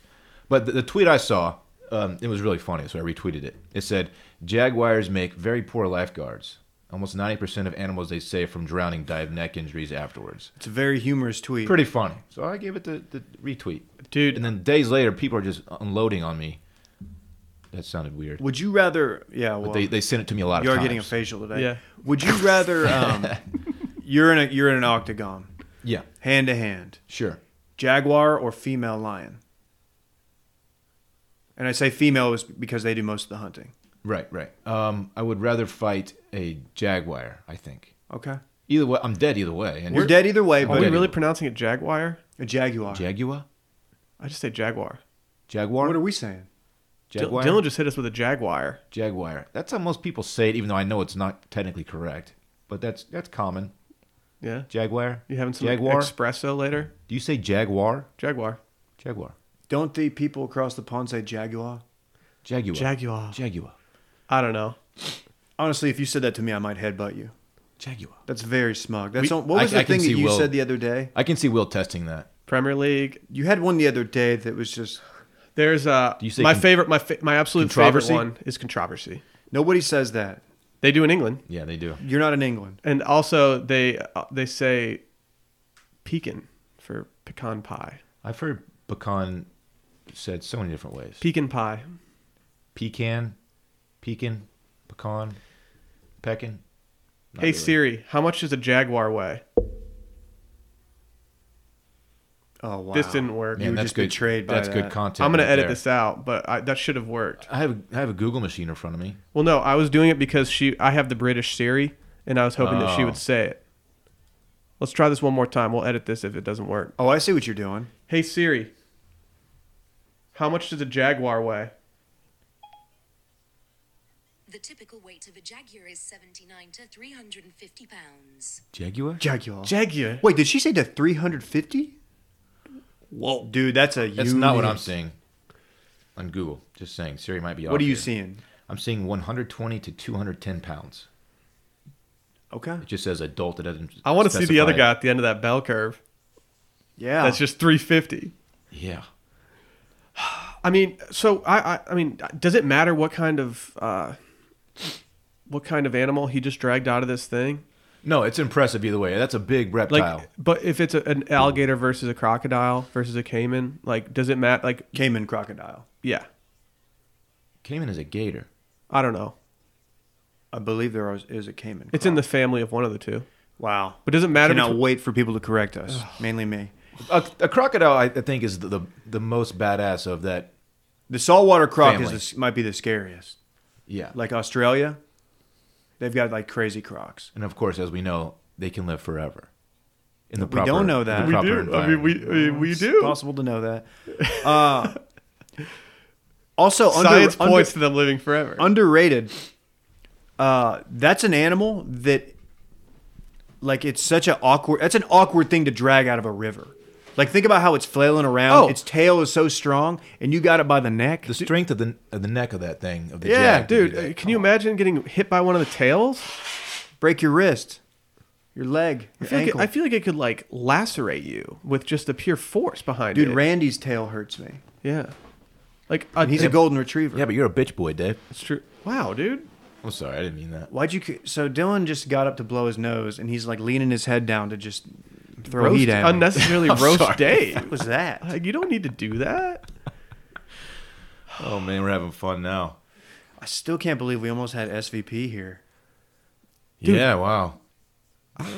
But the, the tweet I saw, um, it was really funny, so I retweeted it. It said, "Jaguars make very poor lifeguards. Almost ninety percent of animals they save from drowning die of neck injuries afterwards."
It's a very humorous tweet.
Pretty funny. So I gave it the, the retweet,
Dude.
And then days later, people are just unloading on me. That sounded weird,
Would you rather? Yeah, well,
but they, they sent it to me a lot.
you
of
are
times.
getting a facial today.
Yeah.
Would you rather? Um, you're in a you're in an octagon,
Yeah,
hand to hand.
sure.
jaguar or female lion. And I say female is because they do most of the hunting.
Right, right. Um, I would rather fight a jaguar. I think
Okay.
either way, I'm dead either way. And
You're dead either way,
Are
but
we
Already.
really pronouncing it jaguar?
a jaguar.
Jaguar,
I just say jaguar.
jaguar,
What are we saying?
Dil-
jaguar,
Dylan just hit us with a jaguar.
jaguar. That's how most people say it, even though I know it's not technically correct. But that's that's common.
Yeah.
Jaguar.
You having some
jaguar?
espresso later?
Do you say jaguar?
Jaguar.
Jaguar.
Don't the people across the pond say jaguar?
Jaguar.
Jaguar.
jaguar.
I don't know.
Honestly, if you said that to me, I might headbutt you.
Jaguar.
That's very smug. That's
We-
all- what
I-
was
I
the
can
thing that
see
you
Will-
said the other day?
I can see Will testing that.
Premier League.
You had one the other day that was just
There's uh
Do you say
my
con-
favorite my fa- my absolute favorite
Controversy?
one is controversy.
nobody says that.
They do in England.
Yeah, they do.
You're not in England.
And also they uh, they say pecan for pecan pie.
I've heard pecan said so many different ways.
Pecan pie.
pecan, pecan, pecan, peckin. Not
hey
really.
Siri, how much does a jaguar weigh?
Oh wow.
This didn't work.
You
Man,
were
that's
just
good.
betrayed by
that's
that.
good content.
I'm going
right
to edit
there.
this out, but I, that should have worked.
I have a, I have a Google machine in front of me.
Well, no, I was doing it because she I have the British Siri and I was hoping that she
Oh.
would say it. Let's try this one more time. We'll edit this if it doesn't work.
Oh, I see what you're doing.
Hey Siri, how much does a jaguar weigh?
The typical weight of a jaguar is 79 to 350 pounds.
Jaguar.
Jaguar.
Jaguar.
Wait, did she say to 350? Whoa, dude, that's a.
That's not what
unit.
I'm seeing on Google. Just saying, Siri might be.
What
off
are you
here.
seeing?
I'm seeing 120 to 210 pounds.
Okay.
It just says adult. It doesn't.
I want to see the other
specify Oh.
guy at the end of that bell curve.
Yeah.
That's just 350.
it. Yeah.
I mean, so I, I, I mean, does it matter what kind of, uh, what kind of animal he just dragged out of this thing?
No, it's impressive either way. That's a big
Like,
reptile.
but if it's a, an alligator versus a crocodile versus a caiman, like, does it matter? Like,
Cayman crocodile.
yeah,
Cayman is a gator.
I don't know.
I believe there is, is a Cayman.
It's in the family of one of the two,
croc. Wow.
but does it matter?
Cannot
between-
wait for people to correct us, mainly me.
A, a crocodile, I I think, is the, the the most badass of that.
The saltwater croc is
Family.
the, s- might be the scariest.
Yeah.
Like Australia, they've got like crazy crocs.
And of course, as we know, they can live forever. In the
We don't know that.
in
We
the proper
do. I mean, we,
environment.
we, we
It's
do.
Possible to know that. Uh, also, under-
Science
under,
points to them living forever.
underrated. Uh, that's an animal that, like, it's such an awkward. That's an awkward thing to drag out of a river. Like, think about how it's flailing around.
Oh.
Its tail is so strong, and you got it by the neck.
the strength of the of the neck of that thing of the
Yeah,
jag to do
Dude,
that.
uh, can you imagine getting hit by one of the tails?
Break your wrist, your leg,
I
your
feel, like it,
ankle.
I feel like it could like lacerate you with just the pure force behind
Dude,
it.
Randy's tail hurts me.
yeah, like a,
And he's a golden retriever.
Yeah, but you're a bitch boy, Dave.
It's true. Wow, dude.
I'm sorry, I didn't mean that.
Why'd you? c- So Dylan just got up to blow his nose, and he's like leaning his head down to just throw
Roast,
heat at me.
unnecessarily
I'm
roast
sorry.
Dave.
What was that?
Like, you don't need to do that.
Oh man, we're having fun now.
I still can't believe we almost had SVP here.
Yeah, wow.
Have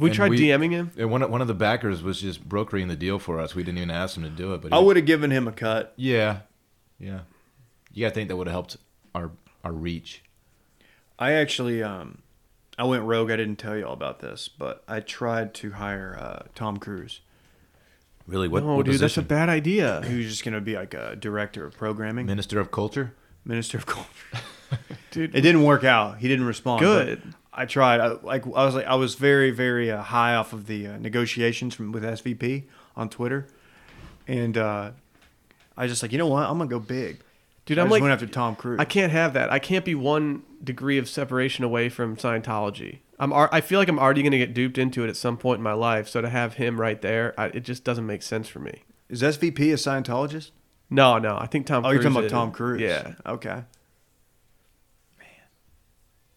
we
And
tried
we-
DMing him?
And one of- one of the backers was just brokering the deal for us. We didn't even ask him to do it, but he-
I would have given him a cut.
Yeah, yeah. You gotta think that would have helped our our reach.
I actually, um, I went rogue. I didn't tell you all about this, but I tried to hire uh, Tom Cruise,
Really, what?
no,
what
dude,
position?
that's a bad idea.
who's just gonna be like a director of programming,
Minister of Culture.
minister of culture.
Dude,
It didn't work out. He didn't respond. but
Good.
I tried. I, like I was like I was very very uh, high off of the uh, negotiations from with SVP on Twitter, and uh, I was just like you know what I'm gonna go big.
Dude,
I
I'm
just
like-
went after Tom Cruise.
I can't have that. I can't be one degree of separation away from Scientology. I'm. ar- I feel like I'm already going to get duped into it at some point in my life. So to have him right there, I, it just doesn't make sense for me.
Is SVP a Scientologist?
No, no. I think Tom.
Oh, you're
Cruise
talking about
is.
Tom Cruise.
Yeah,
Okay.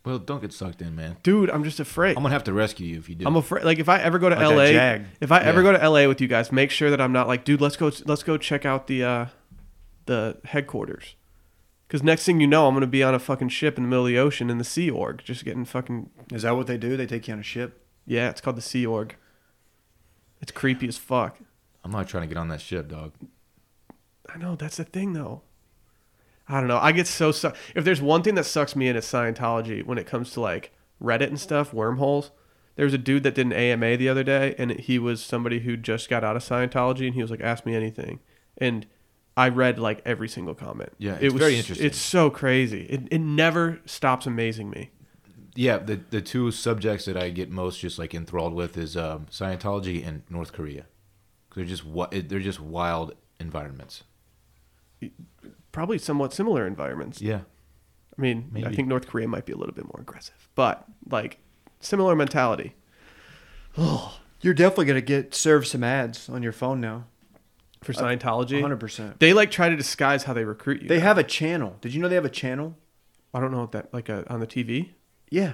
Well, don't get sucked in, man.
dude. I'm just afraid.
I'm
I'm,
gonna have to rescue you if you do.
afraid. Like if I ever go to
Like that Jag.
LA, if I ever
Yeah.
go to LA with you guys, make sure that I'm not like, dude. Let's go. Let's go check out the uh, the headquarters. Because next thing you know, I'm gonna be on a fucking ship in the middle of the ocean in the Sea Org, just getting fucking
Is that what they do? They take you on a ship?
yeah. It's called the Sea Org. It's creepy as fuck.
I'm not trying to get on that ship, dog.
I know that's the thing though. I don't know. I get so su- if there's one thing that sucks me in is Scientology when it comes to like Reddit and stuff, wormholes. There was a dude that did an AMA the other day, and he was somebody who just got out of Scientology, and he was like, "Ask me anything," and I read like every single comment.
Yeah,
it
it's
was
very interesting.
It's so crazy. It it never stops amazing me.
Yeah, the the two subjects that I get most just like enthralled with is um, Scientology and North Korea. 'Cause They're just wi- it- they're just wild environments.
Probably somewhat similar environments.
Yeah,
I mean, I
Maybe.
think North Korea might be a little bit more aggressive, but like similar mentality.
You're definitely gonna get served some ads on your phone now.
for Scientology.
100%.
They like try to disguise how they recruit you.
They have a channel. Did you know they have a channel?
I don't know what that like uh on the TV.
Yeah,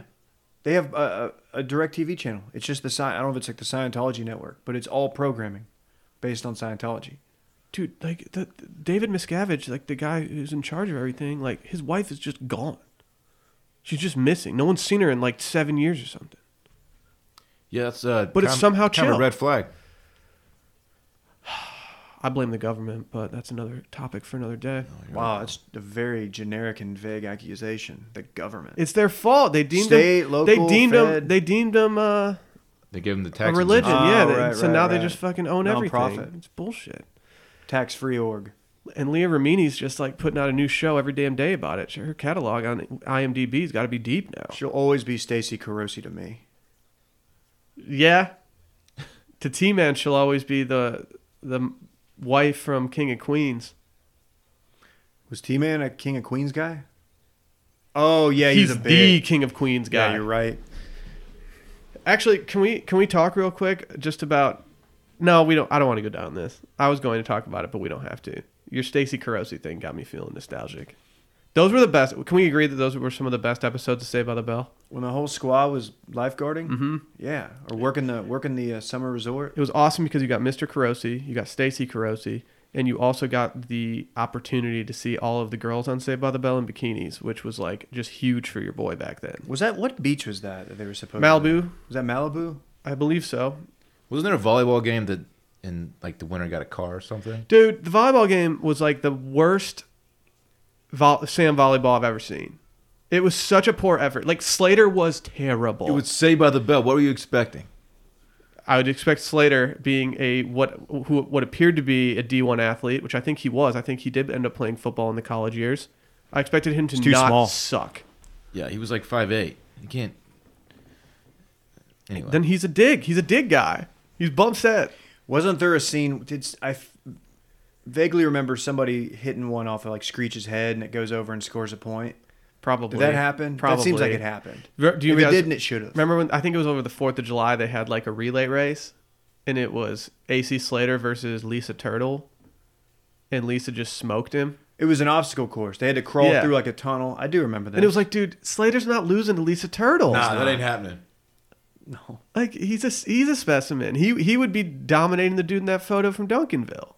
they have a, a, a direct TV channel. It's just the sci- I don't know if it's like the Scientology network, but it's all programming based on Scientology.
Dude, like the, the- David Miscavige, like the guy who's in charge of everything, like his wife is just gone. She's just missing. No one's seen her in like seven years or something.
yeah, that's uh,
But it's somehow
kind of
chill.
a red flag.
I blame the government, but that's another topic for another day.
Wow, that's a very generic and vague accusation. The government.
It's their fault. They deemed
State,
them,
local,
they deemed 'em-
Fed.
they deemed them uh,
They give them the Uh,
a
tax
religion.
exemption.
Oh,
yeah. they-
right,
so
right,
now they
right.
just fucking own
Nonprofit.
everything. It's bullshit.
Tax free org.
and Leah Ramini's just like putting out a new show every damn day about it. Her catalog on IMDb's got to be deep now.
She'll always be Stacy Carosi to me.
Yeah, to T Man, she'll always be the the wife from King of Queens.
Was T Man a King of Queens guy? Oh yeah, he's, a
the
big.
King of Queens guy.
Yeah, you're right.
Actually, can we can we talk real quick just about? No, we don't. I don't want to go down this. I was going to talk about it, but we don't have to. Your Stacey Carosi thing got me feeling nostalgic. Those were the best. Can we agree that those were some of the best episodes of Saved by the Bell?
When the whole squad was lifeguarding, mm-hmm. yeah, or working the working the uh, summer resort.
it was awesome because you got Mr. Carosi, you got Stacy Carosi, and you also got the opportunity to see all of the girls on Saved by the Bell in bikinis, which was like just huge for your boy back then.
Was that what beach was that that they were supposed? to
Malibu,
Was that Malibu?
I believe so.
Wasn't there a volleyball game that in like the winner got a car or something?
Dude, the volleyball game was like the worst vol- Sam volleyball I've ever seen. It was such a poor effort. Like Slater was terrible.
It would say by the bell. What were you expecting?
I would expect Slater being a what who what appeared to be a D one athlete, which I think he was. I think he did end up playing football in the college years. I expected him to
too
not
small.
suck.
Yeah, he was like five eight. You can't. Anyway,
Then he's a dig. He's a dig guy. He's bump set.
Wasn't there a scene? Did I f- vaguely remember somebody hitting one off of like Screech's head and it goes over and scores a point?
Probably
Did that happen?
Probably.
That seems like it happened.
Re- Do you
if
guys,
it didn't, it should have.
remember when I think it was over the Fourth of July? They had like a relay race, and it was AC Slater versus Lisa Turtle, and Lisa just smoked him.
It was an obstacle course. They had to crawl
Yeah.
through like a tunnel. I do remember that.
And it was like, dude, Slater's not losing to Lisa Turtle.
nah, that ain't happening.
no.
Like he's a he's a specimen. He he would be dominating the dude in that photo from Duncanville.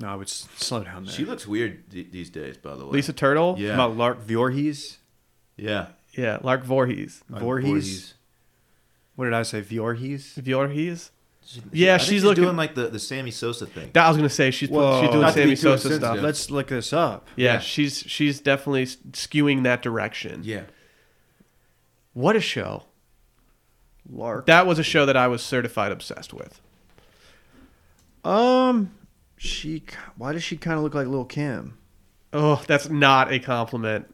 No, I would s- slow down there.
She looks weird th- these days, by the way.
Lisa Turtle.
Yeah.
About Lark Voorhees.
Yeah.
Yeah. Lark Voorhees.
Like
Voorhees?
Voorhees.
What did I say? Voorhees.
Voorhees.
She-
Yeah,
I think
she's looking-
doing like the, the Sammy Sosa thing.
That I was gonna say she's
Whoa.
she's doing
Not to
Sammy
be too
Sosa stuff.
Yeah. insensitive.
Let's look this up.
Yeah,
Yeah.
she's she's definitely s- skewing that direction.
yeah,
What a show.
Lark.
That was a show that I was certified obsessed with.
Um, she. k- Why does she kind of look like Lil Kim?
Oh, that's not a compliment.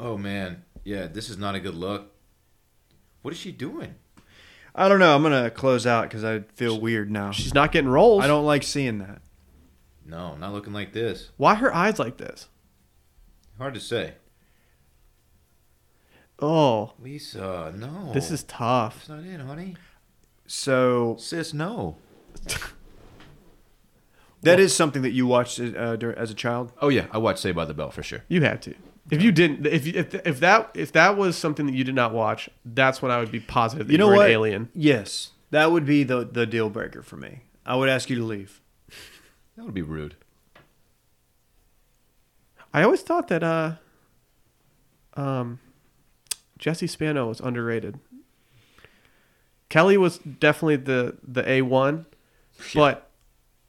Oh man, yeah, this is not a good look. What is she doing?
I don't know. I'm gonna close out because I feel weird now.
She's not getting roles.
I don't like seeing that.
No, not looking like this.
Why her eyes like this?
Hard to say.
Oh,
Lisa, no.
this is tough.
That's not it, honey.
So
Sis, no.
that is something that you watched uh, dur- as a child.
Oh yeah, I watched Say by the Bell for sure.
You had to. If you didn't, if you- if if that if that was something that you did not watch, that's when I would be positive that you,
You know
were
what?
an alien.
Yes, that would be the the deal breaker for me. I would ask you to leave.
That would be rude.
I always thought that uh, um, Jesse Spano was underrated. Kelly was definitely the the a one, but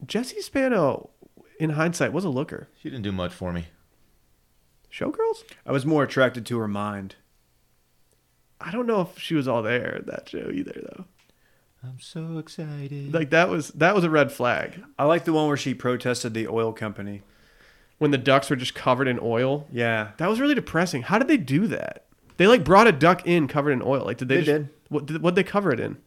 Jesse Spano, in hindsight, was a looker.
She didn't do much for me.
Showgirls?
I was more attracted to her mind.
I don't know if she was all there in that show either, though.
I'm so excited.
Like that was that was a red flag
I like the one where she protested the oil company.
when the ducks were just covered in oil.
Yeah.
That was really depressing. How did they do that? They like brought a duck in covered in oil. Like did they?
They
just,
did.
What did what'd they cover it in?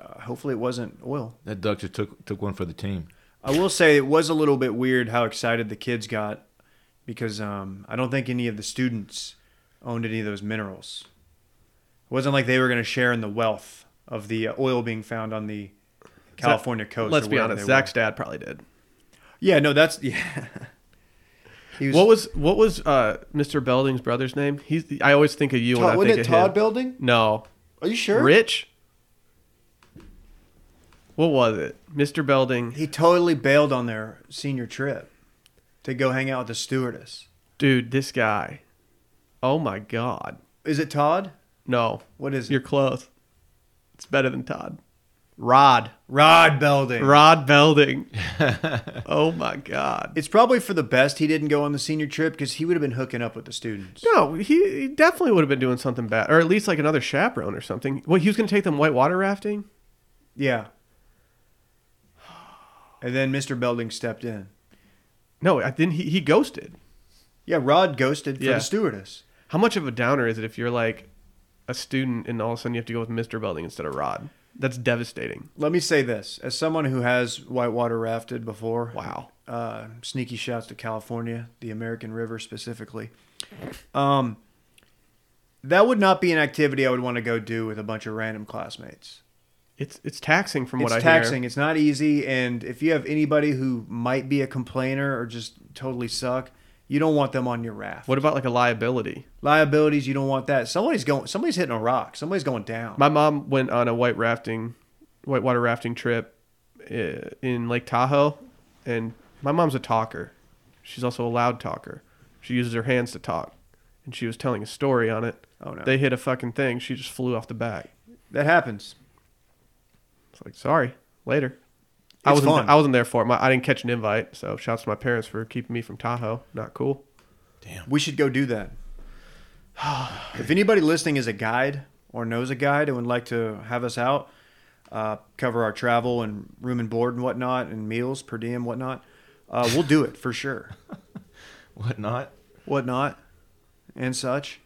Uh, hopefully it wasn't oil.
that duck just took took one for the team.
I will say it was a little bit weird how excited the kids got because um, I don't think any of the students owned any of those minerals. It wasn't like they were going to share in the wealth of the uh, oil being found on the California coast.
Let's
or
be
wherever
honest.
they
Zach's dad probably did.
were. Yeah, no, that's yeah. he was,
What was what was uh, Mr. Belding's brother's name? He's I always think of you when I
Todd,
think
wasn't it
of
Todd
him.
Building?
no,
Are you sure?
Rich. What was it, Mr. Belding?
he totally bailed on their senior trip to go hang out with the stewardess.
Dude, this guy. Oh my god.
Is it Todd?
No,
What is it?
you're close. It's better than Todd. Rod.
Rod Belding.
Rod Belding. oh my god.
It's probably for the best he didn't go on the senior trip because he would have been hooking up with the students.
No, he, he definitely would have been doing something bad, or at least like another chaperone or something. Well, he was going to take them whitewater rafting.
Yeah. And then Mr. Belding stepped in.
No, I didn't. He, he ghosted.
Yeah, Rod ghosted for
Yeah.
the stewardess.
How much of a downer is it if you're like a student and all of a sudden you have to go with Mr. Belding instead of Rod? That's devastating.
Let me say this as someone who has whitewater rafted before.
Wow.
Uh, sneaky shouts to California, the American River specifically. Um, that would not be an activity I would want to go do with a bunch of random classmates.
It's it's taxing from what I
it's taxing.
hear.
It's not easy, and if you have anybody who might be a complainer or just totally suck, you don't want them on your raft.
What about like a liability?
liabilities? You don't want that. Somebody's going. Somebody's hitting a rock. Somebody's going down.
My mom went on a white rafting, whitewater rafting trip uh, in Lake Tahoe, and my mom's a talker. She's also a loud talker. She uses her hands to talk, and she was telling a story on it.
Oh, no.
They hit a fucking thing. She just flew off the back.
that happens.
It's like sorry, later. I
It's
wasn't.
fun.
I wasn't there for it. My, I didn't catch an invite. So shouts to my parents for keeping me from Tahoe. Not cool.
We should go do that. if anybody listening is a guide or knows a guide and would like to have us out, uh, cover our travel and room and board and whatnot, and meals per diem, whatnot, uh, we'll do it for sure.
What not?
whatnot, and such.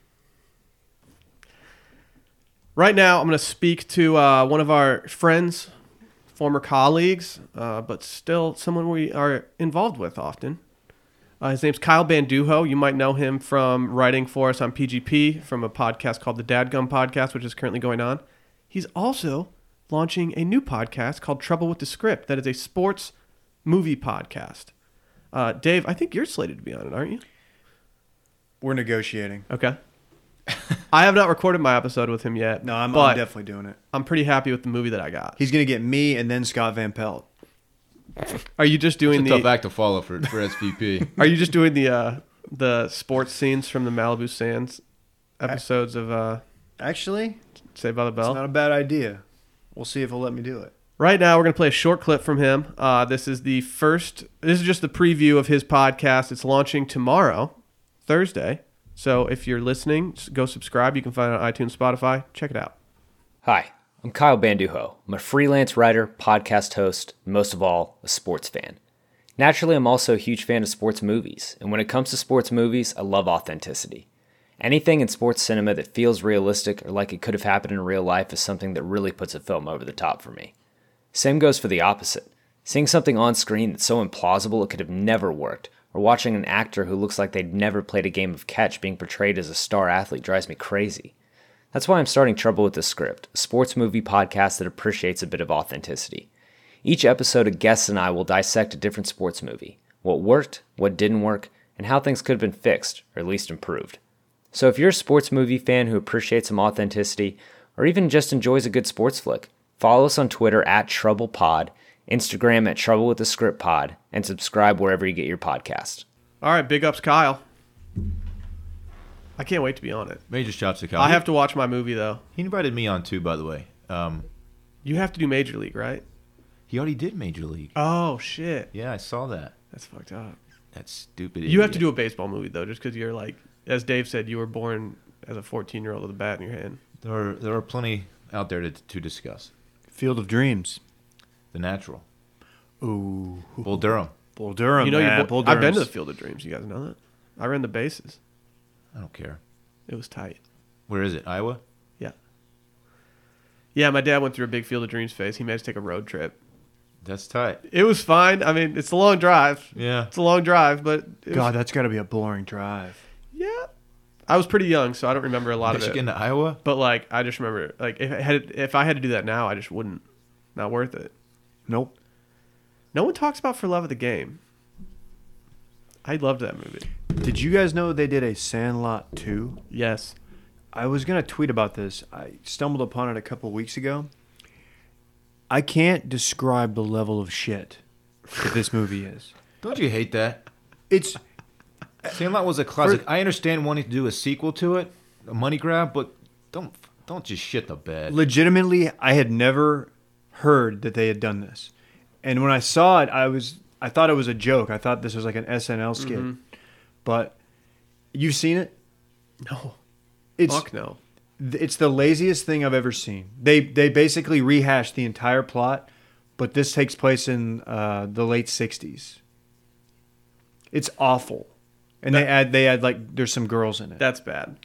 Right now, I'm going to speak to uh, one of our friends, former colleagues, uh, but still someone we are involved with often. Uh, his name's Kyle Banduho. You might know him from writing for us on PGP from a podcast called the Dadgum Podcast, which is currently going on. He's also launching a new podcast called Trouble with the Script, that is a sports movie podcast. Uh, Dave, I think you're slated to be on it, aren't you?
We're negotiating.
Okay. I have not recorded my episode with him yet.
No, I'm,
but
I'm definitely doing it.
I'm pretty happy with the movie that I got.
He's gonna get me and then Scott Van Pelt.
Are you just doing
It's a tough
the
act to follow for, for SVP.
Are you just doing the uh the sports scenes from the Malibu Sands episodes of uh
Actually,
Saved by the
it's
Bell?
not a bad idea. We'll see if he'll let me do it.
Right now, we're going to play a short clip from him. Uh, this is the first, this is just the preview of his podcast. It's launching tomorrow, Thursday. So if you're listening, s- go subscribe. You can find it on iTunes, Spotify. Check it out.
Hi, I'm Kyle Banduho. I'm a freelance writer, podcast host, and most of all, a sports fan. Naturally, I'm also a huge fan of sports movies, and when it comes to sports movies, I love authenticity. Anything in sports cinema that feels realistic or like it could have happened in real life is something that really puts a film over the top for me. Same goes for the opposite. Seeing something on screen that's so implausible it could have never worked, or watching an actor who looks like they'd never played a game of catch being portrayed as a star athlete drives me crazy. That's why I'm starting Trouble with the Script, a sports movie podcast that appreciates a bit of authenticity. Each episode, a guest and I will dissect a different sports movie what worked, what didn't work, and how things could have been fixed, or at least improved. So if you're a sports movie fan who appreciates some authenticity, or even just enjoys a good sports flick, follow us on Twitter at TroublePod, Instagram at Trouble with the Script Pod, and subscribe wherever you get your podcast.
All right, big ups, Kyle. I can't wait to be on it.
Major shots to Kyle.
I have to watch my movie, though.
He invited me on too, by the way. Um,
You have to do Major League, right?
He already did Major League.
Oh shit,
Yeah, I saw that.
that's fucked up.
That's stupid.
You have to do a baseball movie though, just because you're like, as Dave said, you were born as a 14 year old with a bat in your hand.
There are, there are plenty out there to, to discuss.
Field of Dreams.
The Natural,
Ooh,
Bull Durham.
Bull Durham.
you know,
man.
you're
Bull
bo- I've been
Durham's-
to the Field of Dreams. You guys know that. I ran the bases.
I don't care.
It was tight.
Where is it? Iowa.
Yeah. Yeah, my dad went through a big Field of Dreams phase. He managed to take a road trip.
That's tight.
It was fine. I mean, it's a long drive.
Yeah.
It's a long drive, but it was,
God, that's got to be a boring drive.
yeah. I was pretty young, so I don't remember a lot of it.
Michigan to Iowa.
But like, I just remember like if I had if I had to do that now, I just wouldn't. Not worth it.
Nope.
No one talks about For Love of the Game. I loved that movie.
Did you guys know they did a Sandlot 2?
Yes.
I was going to tweet about this. I stumbled upon it a couple weeks ago. I can't describe the level of shit that this movie is.
Don't you hate that?
It's
Sandlot was a classic. I understand wanting to do a sequel to it, a money grab, but don't don't just shit the bed.
legitimately I had never heard that they had done this. And when I saw it, I was I thought it was a joke. I thought this was like an SNL skit.
Mm-hmm.
But you've seen it?
No.
It's
Fuck no.
th- it's the laziest thing I've ever seen. They they basically rehash the entire plot, but this takes place in uh, the late '60s. It's awful, and they add they add like there's some girls in it.
That's bad.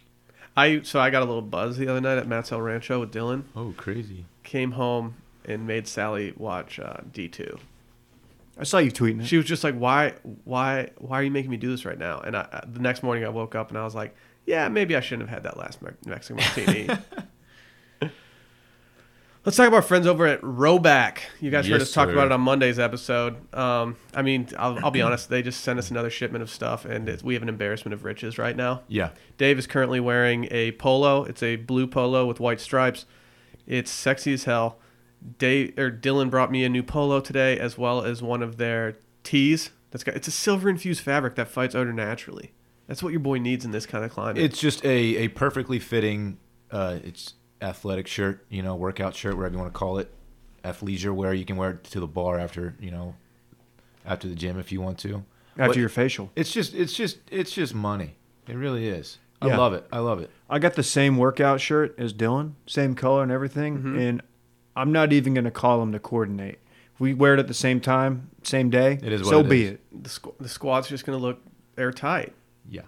I so I got a little buzz the other night at Matt's El Rancho with Dylan.
oh, crazy.
Came home and made Sally watch uh, D two.
I saw you tweeting it.
She was just like, "Why, why, why are you making me do this right now?" And I, uh, the next morning, I woke up and I was like, "Yeah, maybe I shouldn't have had that last Me- Mexican martini." Let's talk about friends over at Roback. You guys heard
Yes,
us talk
sir.
about it on Monday's episode. Um, I mean, I'll, I'll be honest; they just sent us another shipment of stuff, and it's, we have an embarrassment of riches right now.
Yeah.
Dave is currently wearing a polo. It's a blue polo with white stripes. It's sexy as hell. Dave or Dylan brought me a new polo today, as well as one of their tees. That's got it's a silver infused fabric that fights odor naturally. That's what your boy needs in this kind of climate.
It's just a, a perfectly fitting, uh, it's athletic shirt, you know, workout shirt, whatever you want to call it, athleisure wear. You can wear it to the bar after, you know, after the gym if you want to.
after
But
your facial,
it's just, it's just, it's just money. It really is. I
Yeah.
love it. I love it.
I got the same workout shirt as Dylan, same color and everything, and I'm not even gonna call him to coordinate. We wear it at the same time, same day.
It is what
so
it
be
is.
it.
the, squ- the squad's just going to look airtight.
Yeah.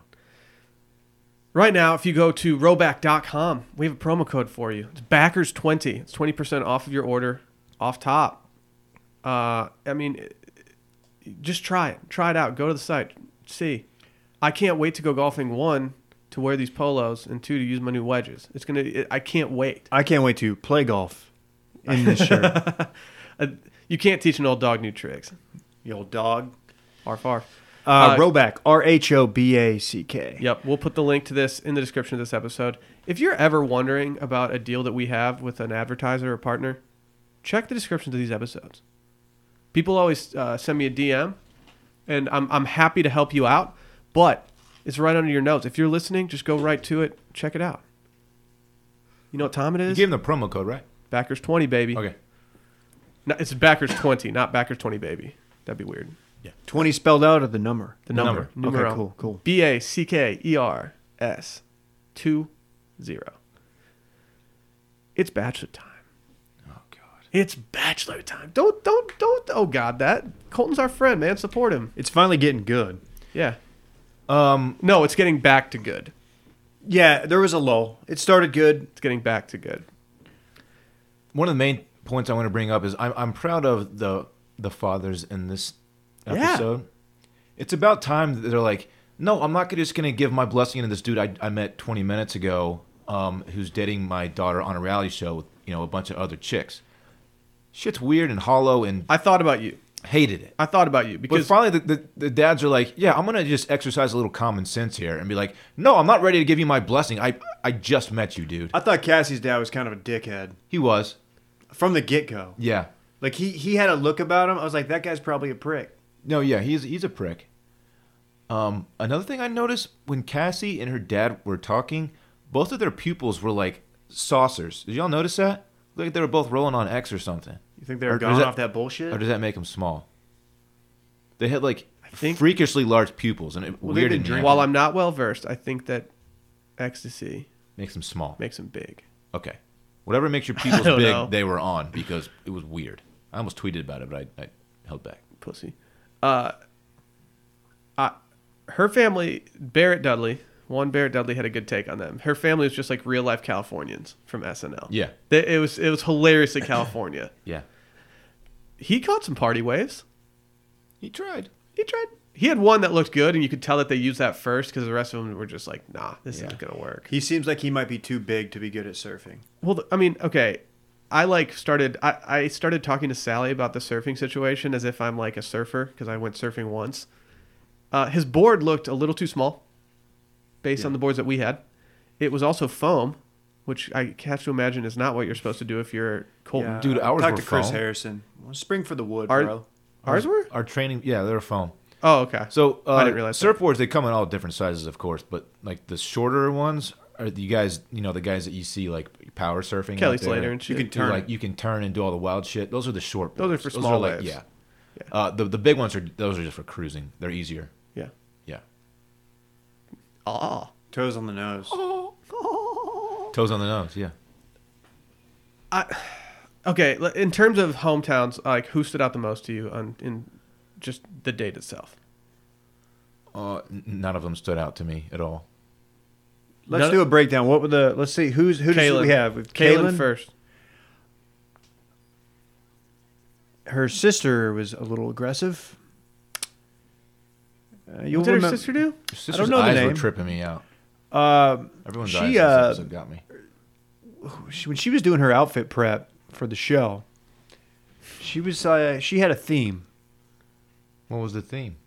Right now, if you go to roback.com, we have a promo code for you. It's backers20. It's 20% off of your order off top. Uh, I mean, it- it- just try it. Try it out. Go to the site. See. I can't wait to go golfing. One, to wear these polos, and two, to use my new wedges. It's going to, I can't wait.
I can't wait to play golf in this shirt.
Uh, you can't teach an old dog new tricks.
you old dog.
Arf, arf.
Uh,
Uh,
Roback, R H O B A C K.
Yep, we'll put the link to this in the description of this episode. If you're ever wondering about a deal that we have with an advertiser or partner, check the descriptions of these episodes. People always uh, send me a DM, and I'm, I'm happy to help you out, but it's right under your notes. If you're listening, just go right to it, check it out. You know what time it
You
is?
gave him the promo code, right?
backers 20, baby.
Okay.
No, it's backers 20, not backers 20, baby. That'd be weird.
20 spelled out of the number.
The
The
number.
number.
Numero.
Okay, cool, cool.
B A C K E R S 2 0. It's bachelor time.
Oh, God.
It's bachelor time. Don't, don't, don't, oh God, that. Colton's our friend, man. Support him.
It's finally getting good.
Yeah.
Um,
No, it's getting back to good.
Yeah, there was a lull. It started good.
It's getting back to good.
one of the main points I want to bring up is I'm, I'm proud of the the fathers in this
Yeah.
episode. It's about time that they're like, no, I'm not gonna- just going to give my blessing to this dude I, I met 20 minutes ago um, who's dating my daughter on a reality show with you know a bunch of other chicks. Shit's weird and hollow and
I thought about you.
hated it.
I thought about you
But
because
finally, the, the, the dads are like, yeah, I'm going to just exercise a little common sense here and be like, no, I'm not ready to give you my blessing. I, I just met you, dude.
I thought Cassie's dad was kind of a dickhead
He was.
from the get go.
Yeah.
Like, he, he had a look about him. I was like, that guy's probably a prick.
No, yeah, he's he's a prick. Um, another thing I noticed when Cassie and her dad were talking, both of their pupils were like saucers. Did y'all notice that? Like they were both rolling on X or something.
you
You think they're
Or- or
gone
is that-
off that bullshit?
Or does that make them small? They had like
think-
freakishly large pupils, and it
Well, they've been
weirded me.
drinking-
out.
While I'm not well versed, I think that ecstasy
makes them small.
makes them big.
Okay, whatever makes your pupils
don't
big,
know.
they were on because it was weird. I almost tweeted about it, but I, I held back.
pussy. Uh, I, her family, Barrett Dudley, one Barrett Dudley had a good take on them. Her family was just like real life Californians from SNL.
Yeah.
They, it was it was hilariously California.
Yeah,
he caught some party waves.
he tried.
He tried. He had one that looked good, and you could tell that they used that first because the rest of them were just like, "Nah, this
Yeah.
isn't gonna work."
he seems like he might be too big to be good at surfing.
Well, th- I mean, okay. I like started. I, I started talking to Sally about the surfing situation as if I'm like a surfer because I went surfing once. Uh, his board looked a little too small, based on the boards that we had. It was also foam, which I have to imagine is not what you're supposed to do if you're Colton.
Yeah,
Dude,
I
ours
talked
were
to Chris
foam.
Harrison. Well, spring for the wood,
Our-
bro.
Ours were.
Our training, yeah, they're foam.
Oh, okay.
So uh,
I didn't realize that.
surfboards they come in all different sizes, of course, but like the shorter ones are the guys, you know, the guys that you see like power surfing.
Kelly
out there.
Slater and shit.
You can
Who,
turn
like you can turn and do all the wild shit. Those are the short.
Those are
boards.
for small waves.
yeah. Uh, the the big ones are those are just for cruising. They're easier.
yeah.
Yeah.
Ah.
Toes on the nose.
Oh. Toes on the nose. Yeah.
Okay, l- in terms of hometowns, like who stood out the most to you on in just the date itself?
Uh, n- none of them stood out to me at all.
Let's
None-
do a breakdown. What were the? Let's see who's who does we have? We've
Kaylin
Kaylin.
first.
Her sister was a little aggressive. Uh, you'll
What did her
remem-
sister do?
Your sister's
know the
eyes were
name.
tripping me out.
Um,
Everyone's
She,
eyes in this
uh,
episode got me.
she, when she was doing her outfit prep for the show, she was uh, she had a theme
What was the theme?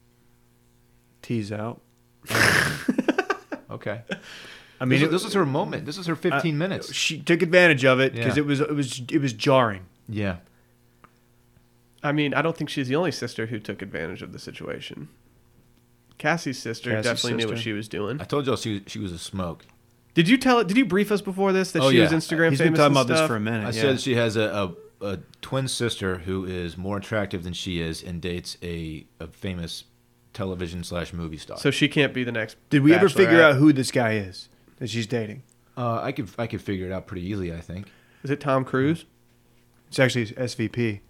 tease out.
Okay.
I
I mean,
mean,
this, was- this was her moment. This was
Uh,
her 15 minutes.
she took advantage of it because
Yeah.
it was it was it was jarring.
yeah.
I mean, I don't think she's the only sister who took advantage of the situation. Cassie's sister
Cassie's
definitely knew what
sister.
she was doing.
I told y'all she was, she was a smoke.
Did you tell? Did you brief us before this that
Oh,
she was
yeah.
Instagram
He's been
famous? and
talking about this
stuff?
for a minute.
I
Uh, yeah.
said she has a, a, a twin sister who is more attractive than she is and dates a, a famous television slash movie star.
So she can't be the next.
Did we ever figure
Bachelorette.
out who this guy is that she's dating?
uh, I could I could figure it out pretty easily. I think.
Is it Tom Cruise?
It's actually SVP.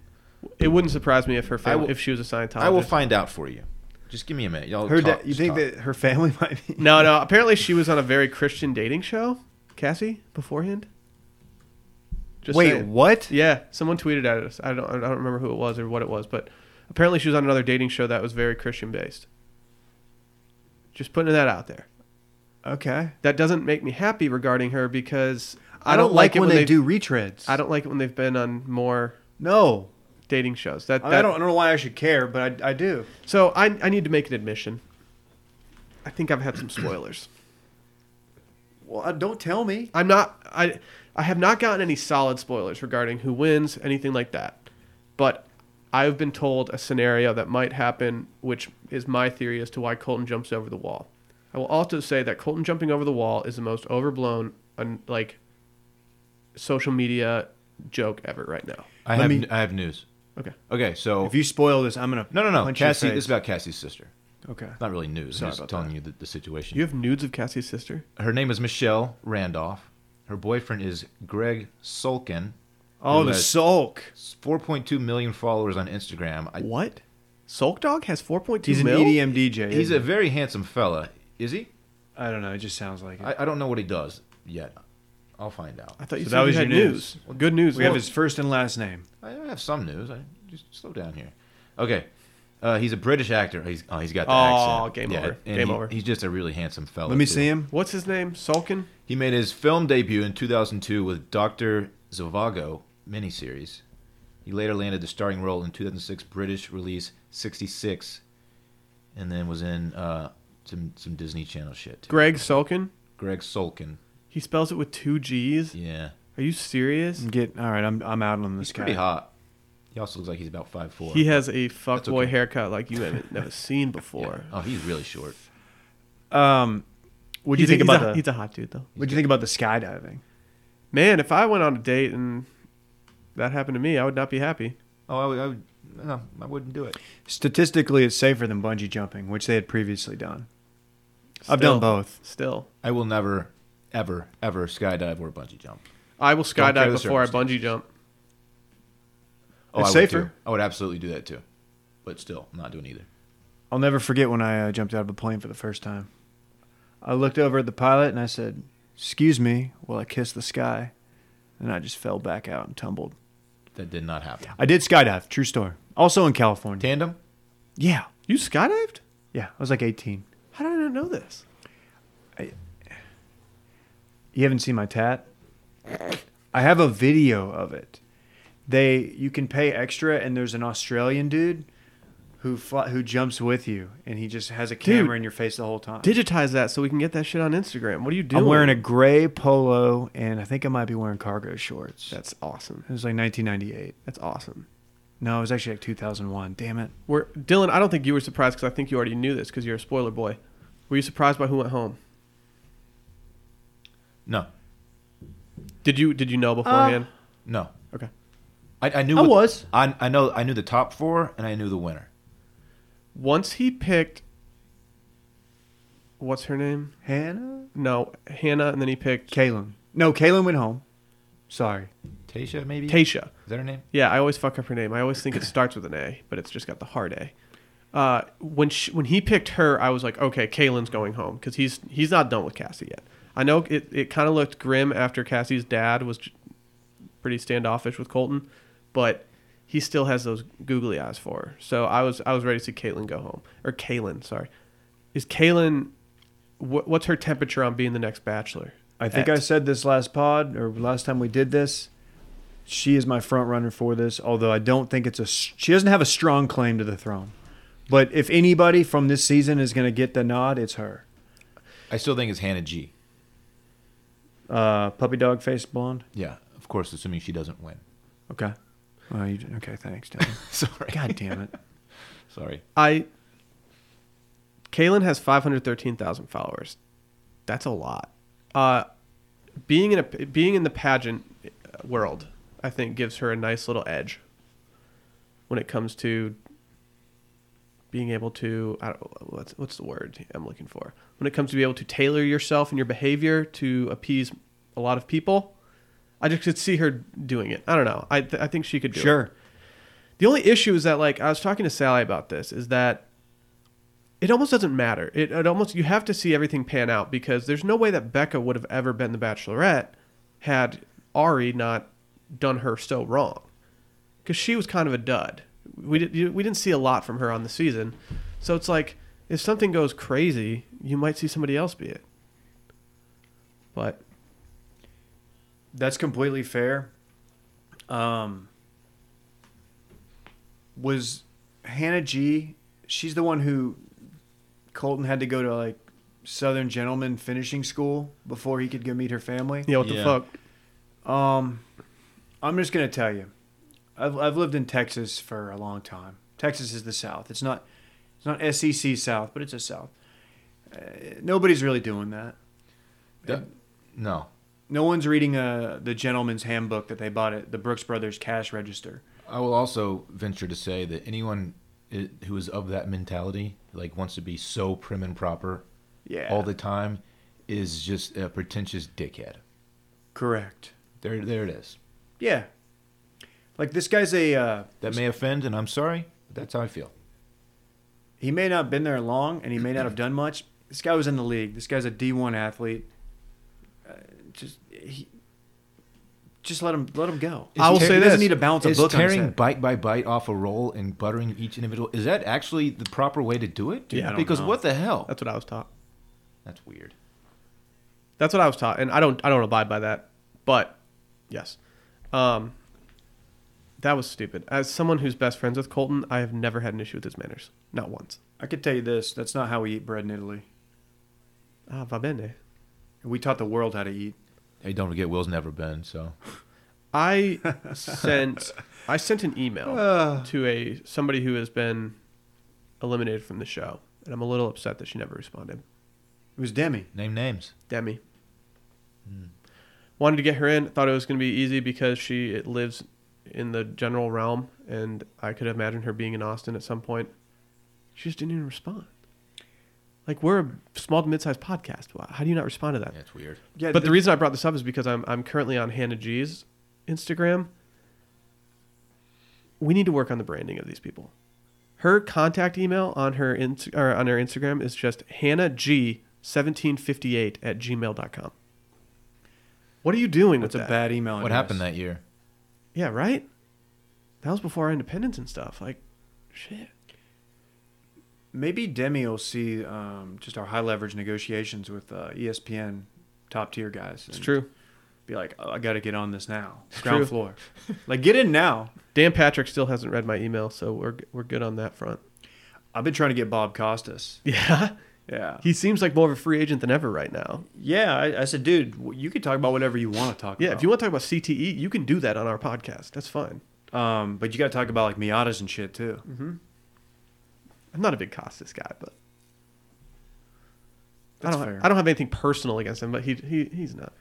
It wouldn't surprise me if her family,
will-
if she was a Scientologist.
I will find out for you. Just give me a minute. Y'all
Her
talk-
da- you
just
think
talk.
that her family might be?
No, no. Apparently, she was on a very Christian dating show. Cassie beforehand. Just
Wait,
saying.
what?
Yeah, someone tweeted at us. I don't, I don't remember who it was or what it was, but apparently she was on another dating show that was very Christian based. Just putting that out there.
Okay.
That doesn't make me happy regarding her because
I don't, like,
it
when they
they've-
do retreads.
I don't like it when they've been on more
No,
dating shows. That,
I,
that-
don't, I don't know why I should care, but I, I do.
So I, I need to make an admission. I think I've had some spoilers.
Well, I- don't tell me.
I'm not I I have not gotten any solid spoilers regarding who wins, anything like that. But I've been told a scenario that might happen, which is my theory as to why Colton jumps over the wall. I will also say that Colton jumping over the wall is the most overblown un, like social media joke ever right now.
I
Let
have
me-
I have news.
Okay.
Okay, so
If you spoil this, I'm gonna
no no no
punch your
Cassie.
face.
This is about Cassie's sister.
okay.
Not really news.
Sorry
I'm just
about
telling you the, the situation.
You have nudes of Cassie's sister?
her name is Michelle Randolph. Her boyfriend is Greg Sulkin.
Oh,
who
the
has
sulk.
4.2 million followers on Instagram. I,
What? Sulk Dog has 4.2
He's an E
mil?
EDM DJ.
he's a
isn't
very handsome fella. Is he?
he? I don't know. It just sounds like it.
I, I don't know what he does yet. I'll find out.
I thought you
So
said
that
you
was
had
your
news. Good news.
we have his first and last name.
I have some news. I just slow down here. Okay. Uh, he's a British actor. He's oh, he's got the
Oh,
accent.
game over.
and
Game
he-
over.
He's just a really handsome fella.
Let me
too.
see him.
What's his name? Sulkin?
He made his film debut in 2002 with Doctor Zhivago miniseries. He later landed the starring role in 2006 British release 66, and then was in uh, some some Disney Channel shit. Too.
Greg Sulkin?
Greg Sulkin.
He spells it with two G's.
Yeah,
Are you serious?
I'm getting all right. I'm I'm out on this
he's
guy.
pretty hot. He also looks like he's about five four.
He has a
That's
fuckboy
okay.
haircut like you haven't never seen before.
Oh, he's really short.
Um, what'd you
He's a-
think about
he's a,
the?
He's a hot dude though.
what'd you think about the skydiving?
Man, if I went on a date and that happened to me, I would not be happy.
Oh, I would, I would no, I wouldn't do it.
Statistically, it's safer than bungee jumping, which they had previously done. I've done
Still.
both.
Still,
I will never, ever, ever skydive or bungee jump.
I will
care
skydive
the
before I bungee jump.
Oh,
It's
I
safer.
Would too. I would absolutely do that too, but still, I'm not doing either.
I'll never forget when I uh, jumped out of a plane for the first time. I looked over at the pilot and I said, "Excuse me," while I kissed the sky, and I just fell back out and tumbled.
That did not happen.
I did skydive. True story. Also in California.
Tandem.
Yeah,
You skydived?
yeah. I was like 18.
How did I not know this?
You haven't seen my tat? I have a video of it. They you can pay extra and there's an Australian dude who fly, who jumps with you and he just has a camera in your face the whole time.
Digitize that so we can get that shit on Instagram. What are you doing?
I'm wearing a gray polo and I think I might be wearing cargo shorts.
That's awesome.
it was like 1998.
That's awesome.
No, it was actually like 2001. Damn it.
We're, Dylan, I don't think you were surprised because I think you already knew this because you're a spoiler boy. Were you surprised by who went home?
No,
Did you Did you know beforehand?
Um,
no.
okay.
I, I knew.
I
what-
was.
I, I know. I knew the top four, and I knew the winner.
Once he picked, what's her name?
Hannah,
No, Hannah, and then he picked
Kalen. No, Kalen went home. Sorry.
Tasha, maybe.
Tasha.
Is that her name?
Yeah, I always fuck up her name. I always think it starts with an A, but it's just got the hard A. Uh, when she, when he picked her, I was like, okay, Kalen's going home because he's he's not done with Cassie yet. I know it, it kind of looked grim after Cassie's dad was j- pretty standoffish with Colton, but he still has those googly eyes for her. So I was I was ready to see Caitlin go home or Kalen, sorry. Is Kalen? Wh- what's her temperature on being the next bachelor?
I think
At-
I said this last pod or last time we did this. She is my front runner for this, although I don't think it's a. She doesn't have a strong claim to the throne, but if anybody from this season is going to get the nod, it's her.
I still think it's Hannah G.
Uh, puppy dog face blonde.
Yeah, of course, assuming she doesn't win.
Okay. Oh, you, okay, thanks, Dad.
Sorry.
God damn it.
Sorry.
I. Kalen has 513,000 followers. That's a lot. Uh, being in a being in the pageant world, I think gives her a nice little edge when it comes to being able to I don't, what's what's the word I'm looking for when it comes to be able to tailor yourself and your behavior to appease a lot of people. I just could see her doing it. I don't know. I th- I think she could do it.
Sure.
The only issue is that like I was talking to Sally about this is that it almost doesn't matter. It, it almost you have to see everything pan out because there's no way that Becca would have ever been the Bachelorette had Ari not done her so wrong because she was kind of a dud. We did, you- we didn't see a lot from her on the season, so it's like if something goes crazy, you might see somebody else be it. But
That's completely fair. Um, was Hannah G? She's the one who Colton had to go to like Southern Gentleman finishing school before he could go meet her family.
yeah, what the
Yeah.
fuck?
Um, I'm just gonna tell you, I've I've lived in Texas for a long time. Texas is the South. It's not it's not SEC South, but it's a South. Uh, nobody's really doing that.
That- no.
No one's reading uh, the Gentleman's Handbook that they bought at the Brooks Brothers cash register.
I will also venture to say that anyone i- who is of that mentality, like wants to be so prim and proper
Yeah.
all the time, is just a pretentious dickhead.
Correct.
There, there it is.
Yeah. Like this guy's a uh,
That may offend, and I'm sorry, but that's how I feel.
he may not have been there long and he may not have done much. This guy was in the league. This guy's a D1 athlete. Uh, just he just let him let him go.
I will
He
say
doesn't
this.
need to balance a
is
book
tearing
on his head.
bite by bite off a roll and buttering each individual is that actually the proper way to do it?
Dude, I don't
because
know.
what the hell?
That's what I was taught.
That's weird.
That's what I was taught, and I don't I don't abide by that. But yes, um, that was stupid. As someone who's best friends with Colton, I have never had an issue with his manners, not once.
I could tell you this, that's not how we eat bread in Italy.
Ah, va bene.
We taught the world how to eat.
Hey, don't forget, Will's never been so.
I sent I sent an email to a somebody who has been eliminated from the show, and I'm a little upset that she never responded.
It was Demi.
Name names.
Demi. Wanted to get her in. Thought it was going to be easy because she lives in the general realm, and I could imagine her being in Austin at some point. She just didn't even respond. Like we're a small to mid-sized podcast. Why- How do you not respond to that?
Yeah, it's weird.
Yeah,
but the reason I brought this up is because I'm I'm currently on Hannah G's Instagram. We need to work on the branding of these people. Her contact email on her in, or on her Instagram is just Hannah G 1758 at gmail.com. What are you doing
that's
with
a
that?
bad email.
What
address.
happened that year?
Yeah, right? That was before our independence and stuff. Like, shit.
Maybe Demi will see um, just our high leverage negotiations with uh, ESPN top tier guys.
It's
and
true.
Be like, oh, I got to get on this now. Ground
true.
floor. like, get in now.
Dan Patrick still hasn't read my email, so we're we're good on that front.
I've been trying to get Bob Costas.
Yeah.
Yeah.
He seems like more of a free agent than ever right now.
Yeah. I, I said, dude, w- you could talk about whatever you want to talk
Yeah,
about.
if you want to talk about CTE, you can do that on our podcast. That's fine.
Um, but you got to talk about like Miatas and shit too.
Mm-hmm. I'm not a big Costas guy, but
That's
I don't.
fair.
I don't have anything personal against him, but he he he's not.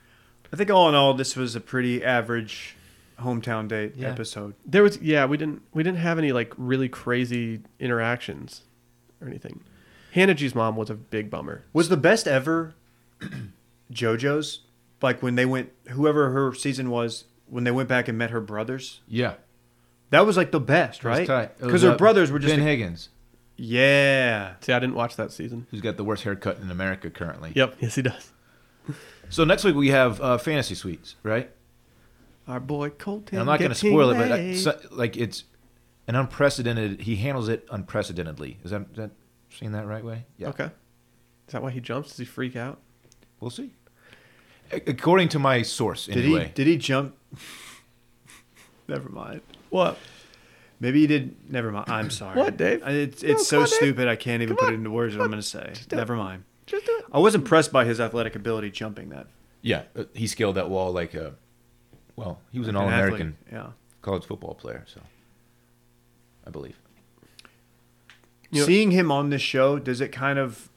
I think all in all, this was a pretty average hometown date
Yeah.
episode.
There was yeah, we didn't we didn't have any like really crazy interactions or anything. Hannah G's mom was a big bummer.
Was the best ever JoJo's? Like when they went, whoever her season was, when they went back and met her brothers,
Yeah,
that was like the best,
It was
right?
tight. It was,
Because her
uh,
brothers were just
Ben
like-
Higgins,
yeah.
See, I didn't watch that season.
who's got the worst haircut in America currently.
Yep, yes he does.
So next week we have uh, fantasy suites, right?
Our boy Colton.
And I'm not going to
gets
spoil it, but that,
laid.
so- like it's an unprecedented. He handles it unprecedentedly. Is that, is that seeing that right way? Yeah.
okay. Is that why he jumps? Does he freak out?
We'll see. A- According to my source,
Did
anyway.
he? Did he jump? never mind.
What?
Maybe he did. Never mind. I'm sorry.
What, Dave?
I- It's
No,
it's so
come on, Dave.
stupid. I can't even
Come
put
on,
it into words. What
come
I'm
on.
gonna say.
Just do it.
Never mind.
Just do it.
I was impressed by his athletic ability jumping that.
yeah, uh, he scaled that wall like a. Well, he was an
An athlete.
all-American
Yeah.
college football player, so I believe.
You know-
Seeing him on this show, does it kind of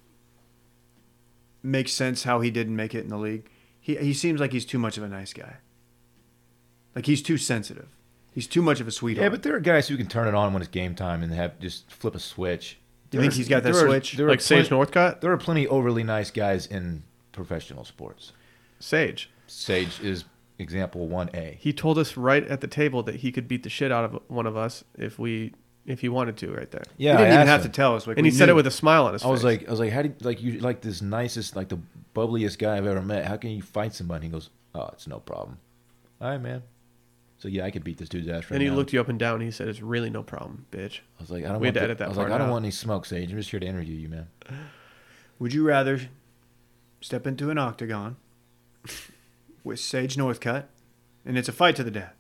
make sense how he didn't make it in the league? He he seems like he's too much of a nice guy. Like he's too sensitive. He's too much of a sweetheart.
Yeah, but there are guys who can turn it on when it's game time and have just flip a switch.
you think he's got that
There are-
switch?
there are
Like Sage
plenty-
Northcott?
There are plenty overly nice guys in professional sports.
Sage.
Sage is example one A.
he told us right at the table that he could beat the shit out of one of us if we if he wanted to right there
Yeah,
he didn't
I
even
asked
have
him.
to tell us. Like,
and
we
he said
knew.
it with a smile on his
I
face
was like, I was like, how do you, like you like this nicest, like the bubbliest guy I've ever met? How can you fight somebody? He goes, oh, it's no problem. All right, man. So yeah, I could beat this dude's ass right
and he
now.
looked you up and down and he said it's really no problem bitch
I was like, I don't
we
want
had to
the-
edit that
I was like,
part
I don't
out.
want any smoke, Sage. I'm just here to interview you, man.
Would you rather step into an octagon with Sage Northcutt, and it's a fight to the death?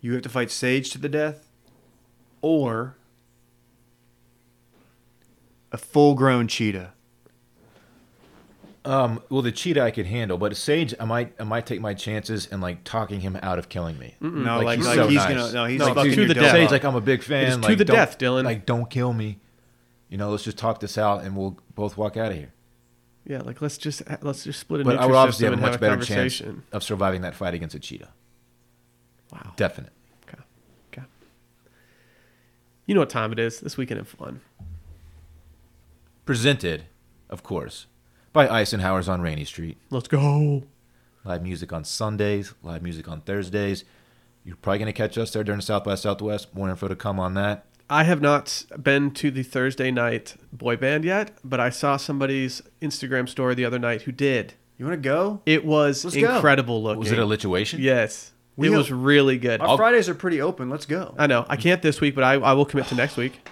You have to fight Sage to the death, or a full-grown cheetah.
Um, well, the cheetah I could handle, but Sage, I might, I might take my chances and like talking him out of killing me.
Mm.
No, like,
he's
like,
so
he's
nice.
gonna no, he's
No,
like,
to
fucking your
the
dog
death.
up.
Sage's like, I'm a big fan.
It's to
like,
the
don't-
death, Dylan.
Like, don't kill me. You know, let's just talk this out, and we'll both walk out of here.
yeah like let's just let's just split a
But I would obviously
system and
have a much
have a
better chance
conversation
of surviving that fight against a cheetah.
wow
Definite.
okay. okay you know what time it is this weekend in fun
Presented, of course, by Eisenhower's on Rainy Street.
let's go
Live music on Sundays, live music on Thursdays. You're probably going to catch us there during South by Southwest. More info to come on that.
I have not s- been to the Thursday night boy band yet, but I saw somebody's Instagram story the other night who did.
You want to go?
It was
Let's go.
incredible looking.
Was it a lituation?
Yes.
We
it
have-
was really good.
Our Fridays are pretty open. Let's go.
I know. I can't this week, but I, I will commit to next week.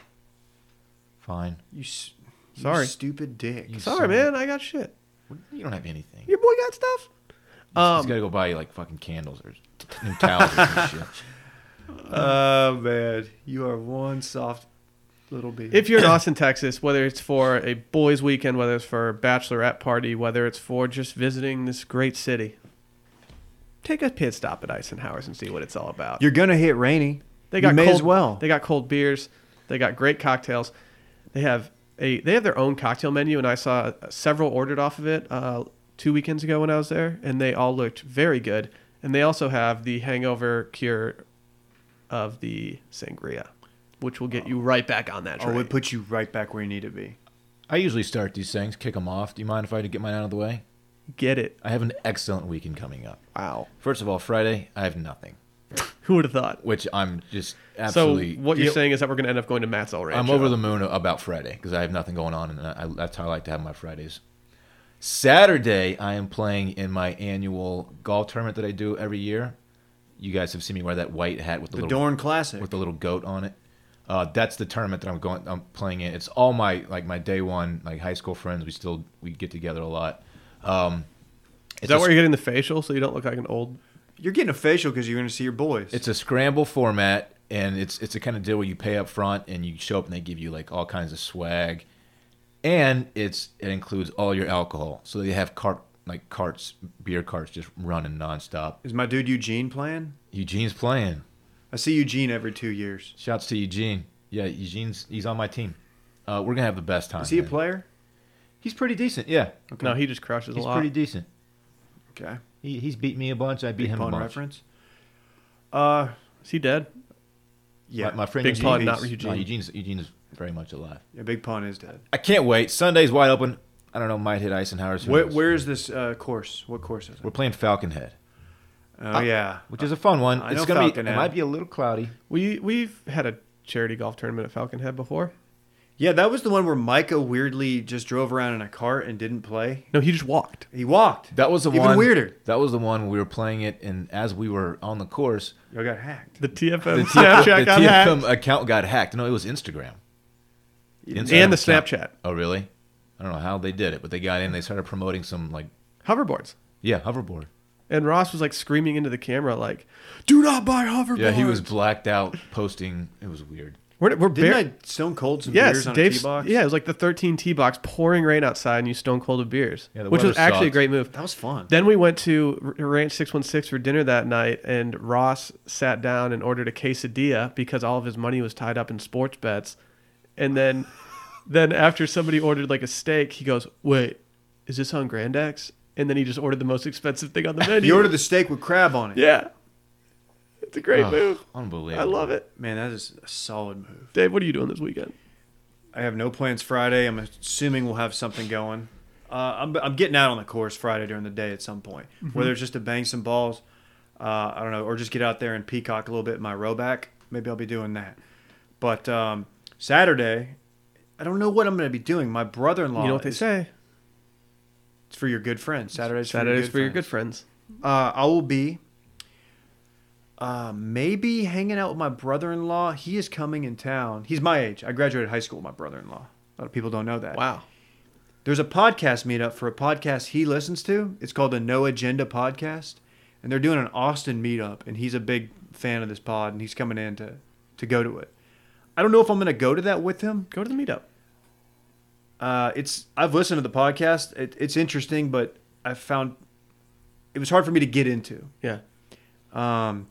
Fine.
You, s- you
Sorry.
stupid dick.
You-
Sorry, man. I got shit.
You don't have anything.
Your boy got stuff.
He's got to go buy you like fucking candles or new towels or some shit.
Oh man, you are one soft little bee.
If you're in Austin, Texas, whether it's for a boys' weekend, whether it's for a bachelorette party, whether it's for just visiting this great city, take a pit stop at Eisenhower's and see what it's all about.
you're gonna hit rainy,
They got
you may
cold,
as well.
They got cold beers. They got great cocktails. They have a they have their own cocktail menu, and I saw several ordered off of it uh, two weekends ago when I was there, and they all looked very good. And they also have the hangover cure of the sangria, which will get you right back on that train.
Oh, it puts you right back where you need to be.
I usually start these things, kick them off. Do you mind if I get mine out of the way?
get it.
I have an excellent weekend coming up.
Wow.
First of all, Friday, I have nothing,
Who would have thought?
which I'm just absolutely.
So what you're
Yeah,
saying is that we're going to end up going to Matt's El Rancho.
I'm over the moon about Friday because I have nothing going on, and I, that's how I like to have my Fridays. Saturday, I am playing in my annual golf tournament that I do every year. You guys have seen me wear that white hat with the,
The
little
Dorn Classic.
with the little goat on it. Uh, that's the tournament that I'm going. I'm playing in. It's all my like my day one like high school friends. We still we get together a lot. Um,
Is
it's
that
a
where you're getting the facial so you don't look like an old?
You're getting a facial because you're going to see your boys.
It's a scramble format, and it's it's a kind of deal where you pay up front and you show up, and they give you like all kinds of swag, and it's it includes all your alcohol. So they have cart like carts, beer carts, just running nonstop.
Is my dude Eugene playing?
Eugene's playing.
I see Eugene every two years.
Shouts to Eugene. Yeah, Eugene's he's on my team. Uh, we're gonna have the best time.
Is he a
man.
player?
He's pretty decent. Yeah,
No, he just crushes
he's
a lot.
pretty decent.
Okay.
He, he's beat me a bunch. I beat
Big
him a
pun
bunch.
reference. Uh,
Is he dead?
yeah.
My, my friend
Big
Eugene-
pun, not Eugene.
No, Eugene's Eugene's very much alive.
yeah, Big Pun is dead.
I can't wait. Sunday's wide open. I don't know. Might hit Eisenhower's. who
Where,
knows?
where is this uh, course? What course is
We're
it?
playing Falcon Head,
Oh, yeah.
which is a fun one.
I
it's
know
gonna
Falcon
be. It
Head.
might be a little cloudy.
We we've had a charity golf tournament at Falcon Head before.
Yeah, that was the one where Micah weirdly just drove around in a cart and didn't play.
No, he just walked.
He walked.
That was the
Even
one.
weirder.
That was the one we were playing it, and as we were on the course,
Y'all got hacked.
The TFM
the,
Snapchat
the
got
TFM
hacked.
account got hacked. No, it was Instagram.
and the
account.
Snapchat
Oh, really? I don't know how they did it, but they got in. They started promoting some like
hoverboards.
yeah hoverboard.
And Ross was like screaming into the camera, like, "Do not buy hoverboards."
Yeah, he was blacked out posting. It was weird.
We're, we're
Didn't
bar-
I stone cold some
yes,
beers on
Dave.
a tee box?
Yeah, it was like the 13 tee box pouring rain outside, and you stone cold with beers,
Yeah, the
which was
weather
actually a
sucked.
great move.
That was fun.
Then we went to R- Ranch 616 for dinner that night, and Ross sat down and ordered a quesadilla because all of his money was tied up in sports bets. And then, then after somebody ordered like a steak, he goes, "Wait, is this on Grand X?" And then he just ordered the most expensive thing on the menu.
You ordered the steak with crab on it.
yeah, it's a great
Ugh,
move.
Unbelievable.
I love it,
Man, that is a solid move.
Dave. What are you doing this weekend?
I have no plans Friday. I'm assuming we'll have something going. Uh, I'm, I'm getting out on the course Friday during the day at some point,
Mm-hmm.
whether it's just to bang some balls, uh, I don't know, or just get out there and peacock a little bit in my row back. Maybe I'll be doing that. But um, Saturday, I don't know what I'm going to be doing. My brother-in-law.
you know what they
is-
say.
It's for your good friends. Saturdays.
Saturdays for your good
friends.
friends.
Uh, I will be. Uh, maybe hanging out with my brother-in-law. He is coming in town. He's my age. I graduated high school with my brother-in-law. A lot of people don't know that.
Wow.
There's a podcast meetup for a podcast he listens to. It's called the No Agenda Podcast, and they're doing an Austin meetup, and he's a big fan of this pod, and he's coming in to to go to it. I don't know if I'm going to go to that with him.
Go to the meetup.
Uh, it's I've listened to the podcast. It, it's interesting, but I found it was hard for me to get into.
Yeah.
Um,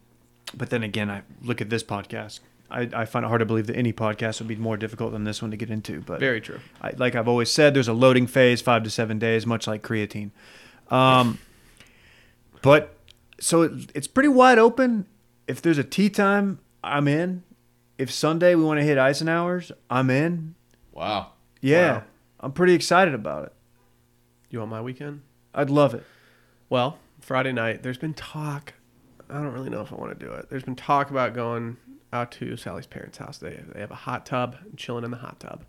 but then again, I look at this podcast. I, I find it hard to believe that any podcast would be more difficult than this one to get into. But
Very true.
I, like I've always said, there's a loading phase, five to seven days, much like creatine. Um, but so it, it's pretty wide open. If there's a tea time, I'm in. If Sunday we want to hit Eisenhower's, I'm in.
Wow.
Yeah,
Wow.
I'm pretty excited about it.
You want my weekend?
I'd love it.
Well, Friday night, there's been talk. I don't really know if I want to do it. There's been talk about going out to Sally's parents' house. They, they have a hot tub, chilling in the hot tub.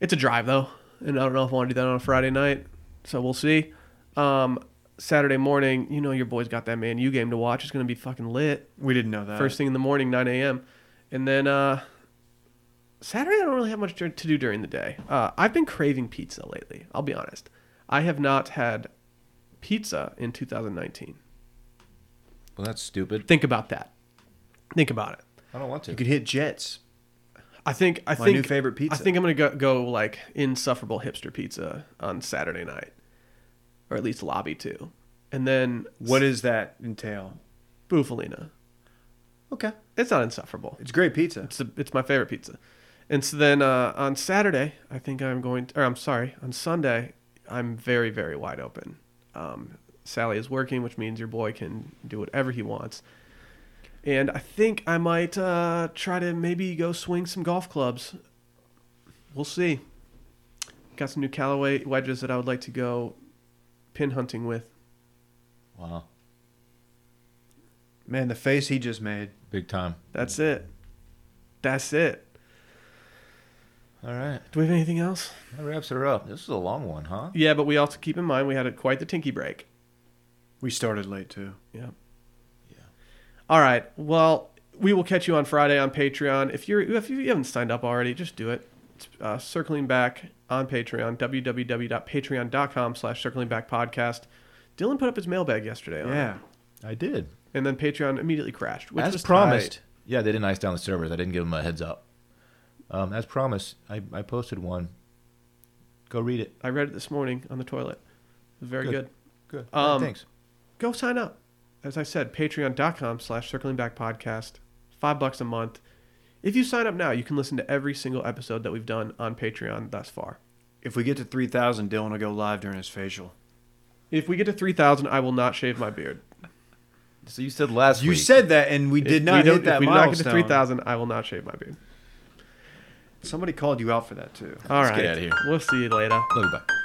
It's a drive, though, and I don't know if I want to do that on a Friday night, so we'll see. Um, Saturday morning, you know, your boys got that Man U game to watch. It's going to be fucking lit.
We didn't know that.
First thing in the morning, 9 a.m. And then uh, Saturday, I don't really have much dur- to do during the day. Uh, I've been craving pizza lately. I'll be honest. I have not had pizza in 2019.
Well, that's stupid.
Think about that. Think about it.
I don't want to.
you could hit Jets.
I think I
My
think
new favorite pizza.
I think I'm gonna go, go like insufferable hipster pizza on Saturday night, or at least lobby two, and then
What does that entail?
Bufalina?
Okay,
It's not insufferable.
it's great pizza.
It's the, it's my favorite pizza. And so then uh, on Saturday, I think I'm going. or I'm sorry, on Sunday, I'm very very wide open. Um, Sally is working, which means your boy can do whatever he wants. and I think I might uh, try to maybe go swing some golf clubs. We'll see. Got some new Callaway wedges that I would like to go pin hunting with.
Wow.
Man, the face he just made.
Big time.
That's it. That's it.
All right.
Do we have anything else?
That wraps her up. This is a long one, huh?
Yeah, but we also keep in mind we had a, quite the tinky break.
We started late too.
Yeah. All right. Well, we will catch you on Friday on Patreon. If you're if you haven't signed up already, just do it. It's, uh, circling back on Patreon. www.patreon.com slash circling back podcast. Dylan put up his mailbag yesterday. On it,
Yeah.
I did.
and then Patreon immediately crashed, which
as
was
promised.
tight.
Yeah, they didn't ice down the servers. I didn't give them a heads up. Um, as promised, I, I posted one. Go read it.
I read it this morning on the toilet. It was very
Good.
good.
Good.
Um,
Thanks.
Go sign up. As I said, patreon.com slash circling back podcast. Five bucks a month. If you sign up now, you can listen to every single episode that we've done on Patreon thus far.
If we get to three thousand, Dylan will go live during his facial.
If we get to 3,000, I will not shave my beard.
So you said last
You
week.
said that, and we
If
did not
we don't-
hit that
if we do not get to
milestone.
3,000, I will not shave my beard.
Somebody called you out for that too.
All right.
Let's get outta here.
We'll see you later.
Look back.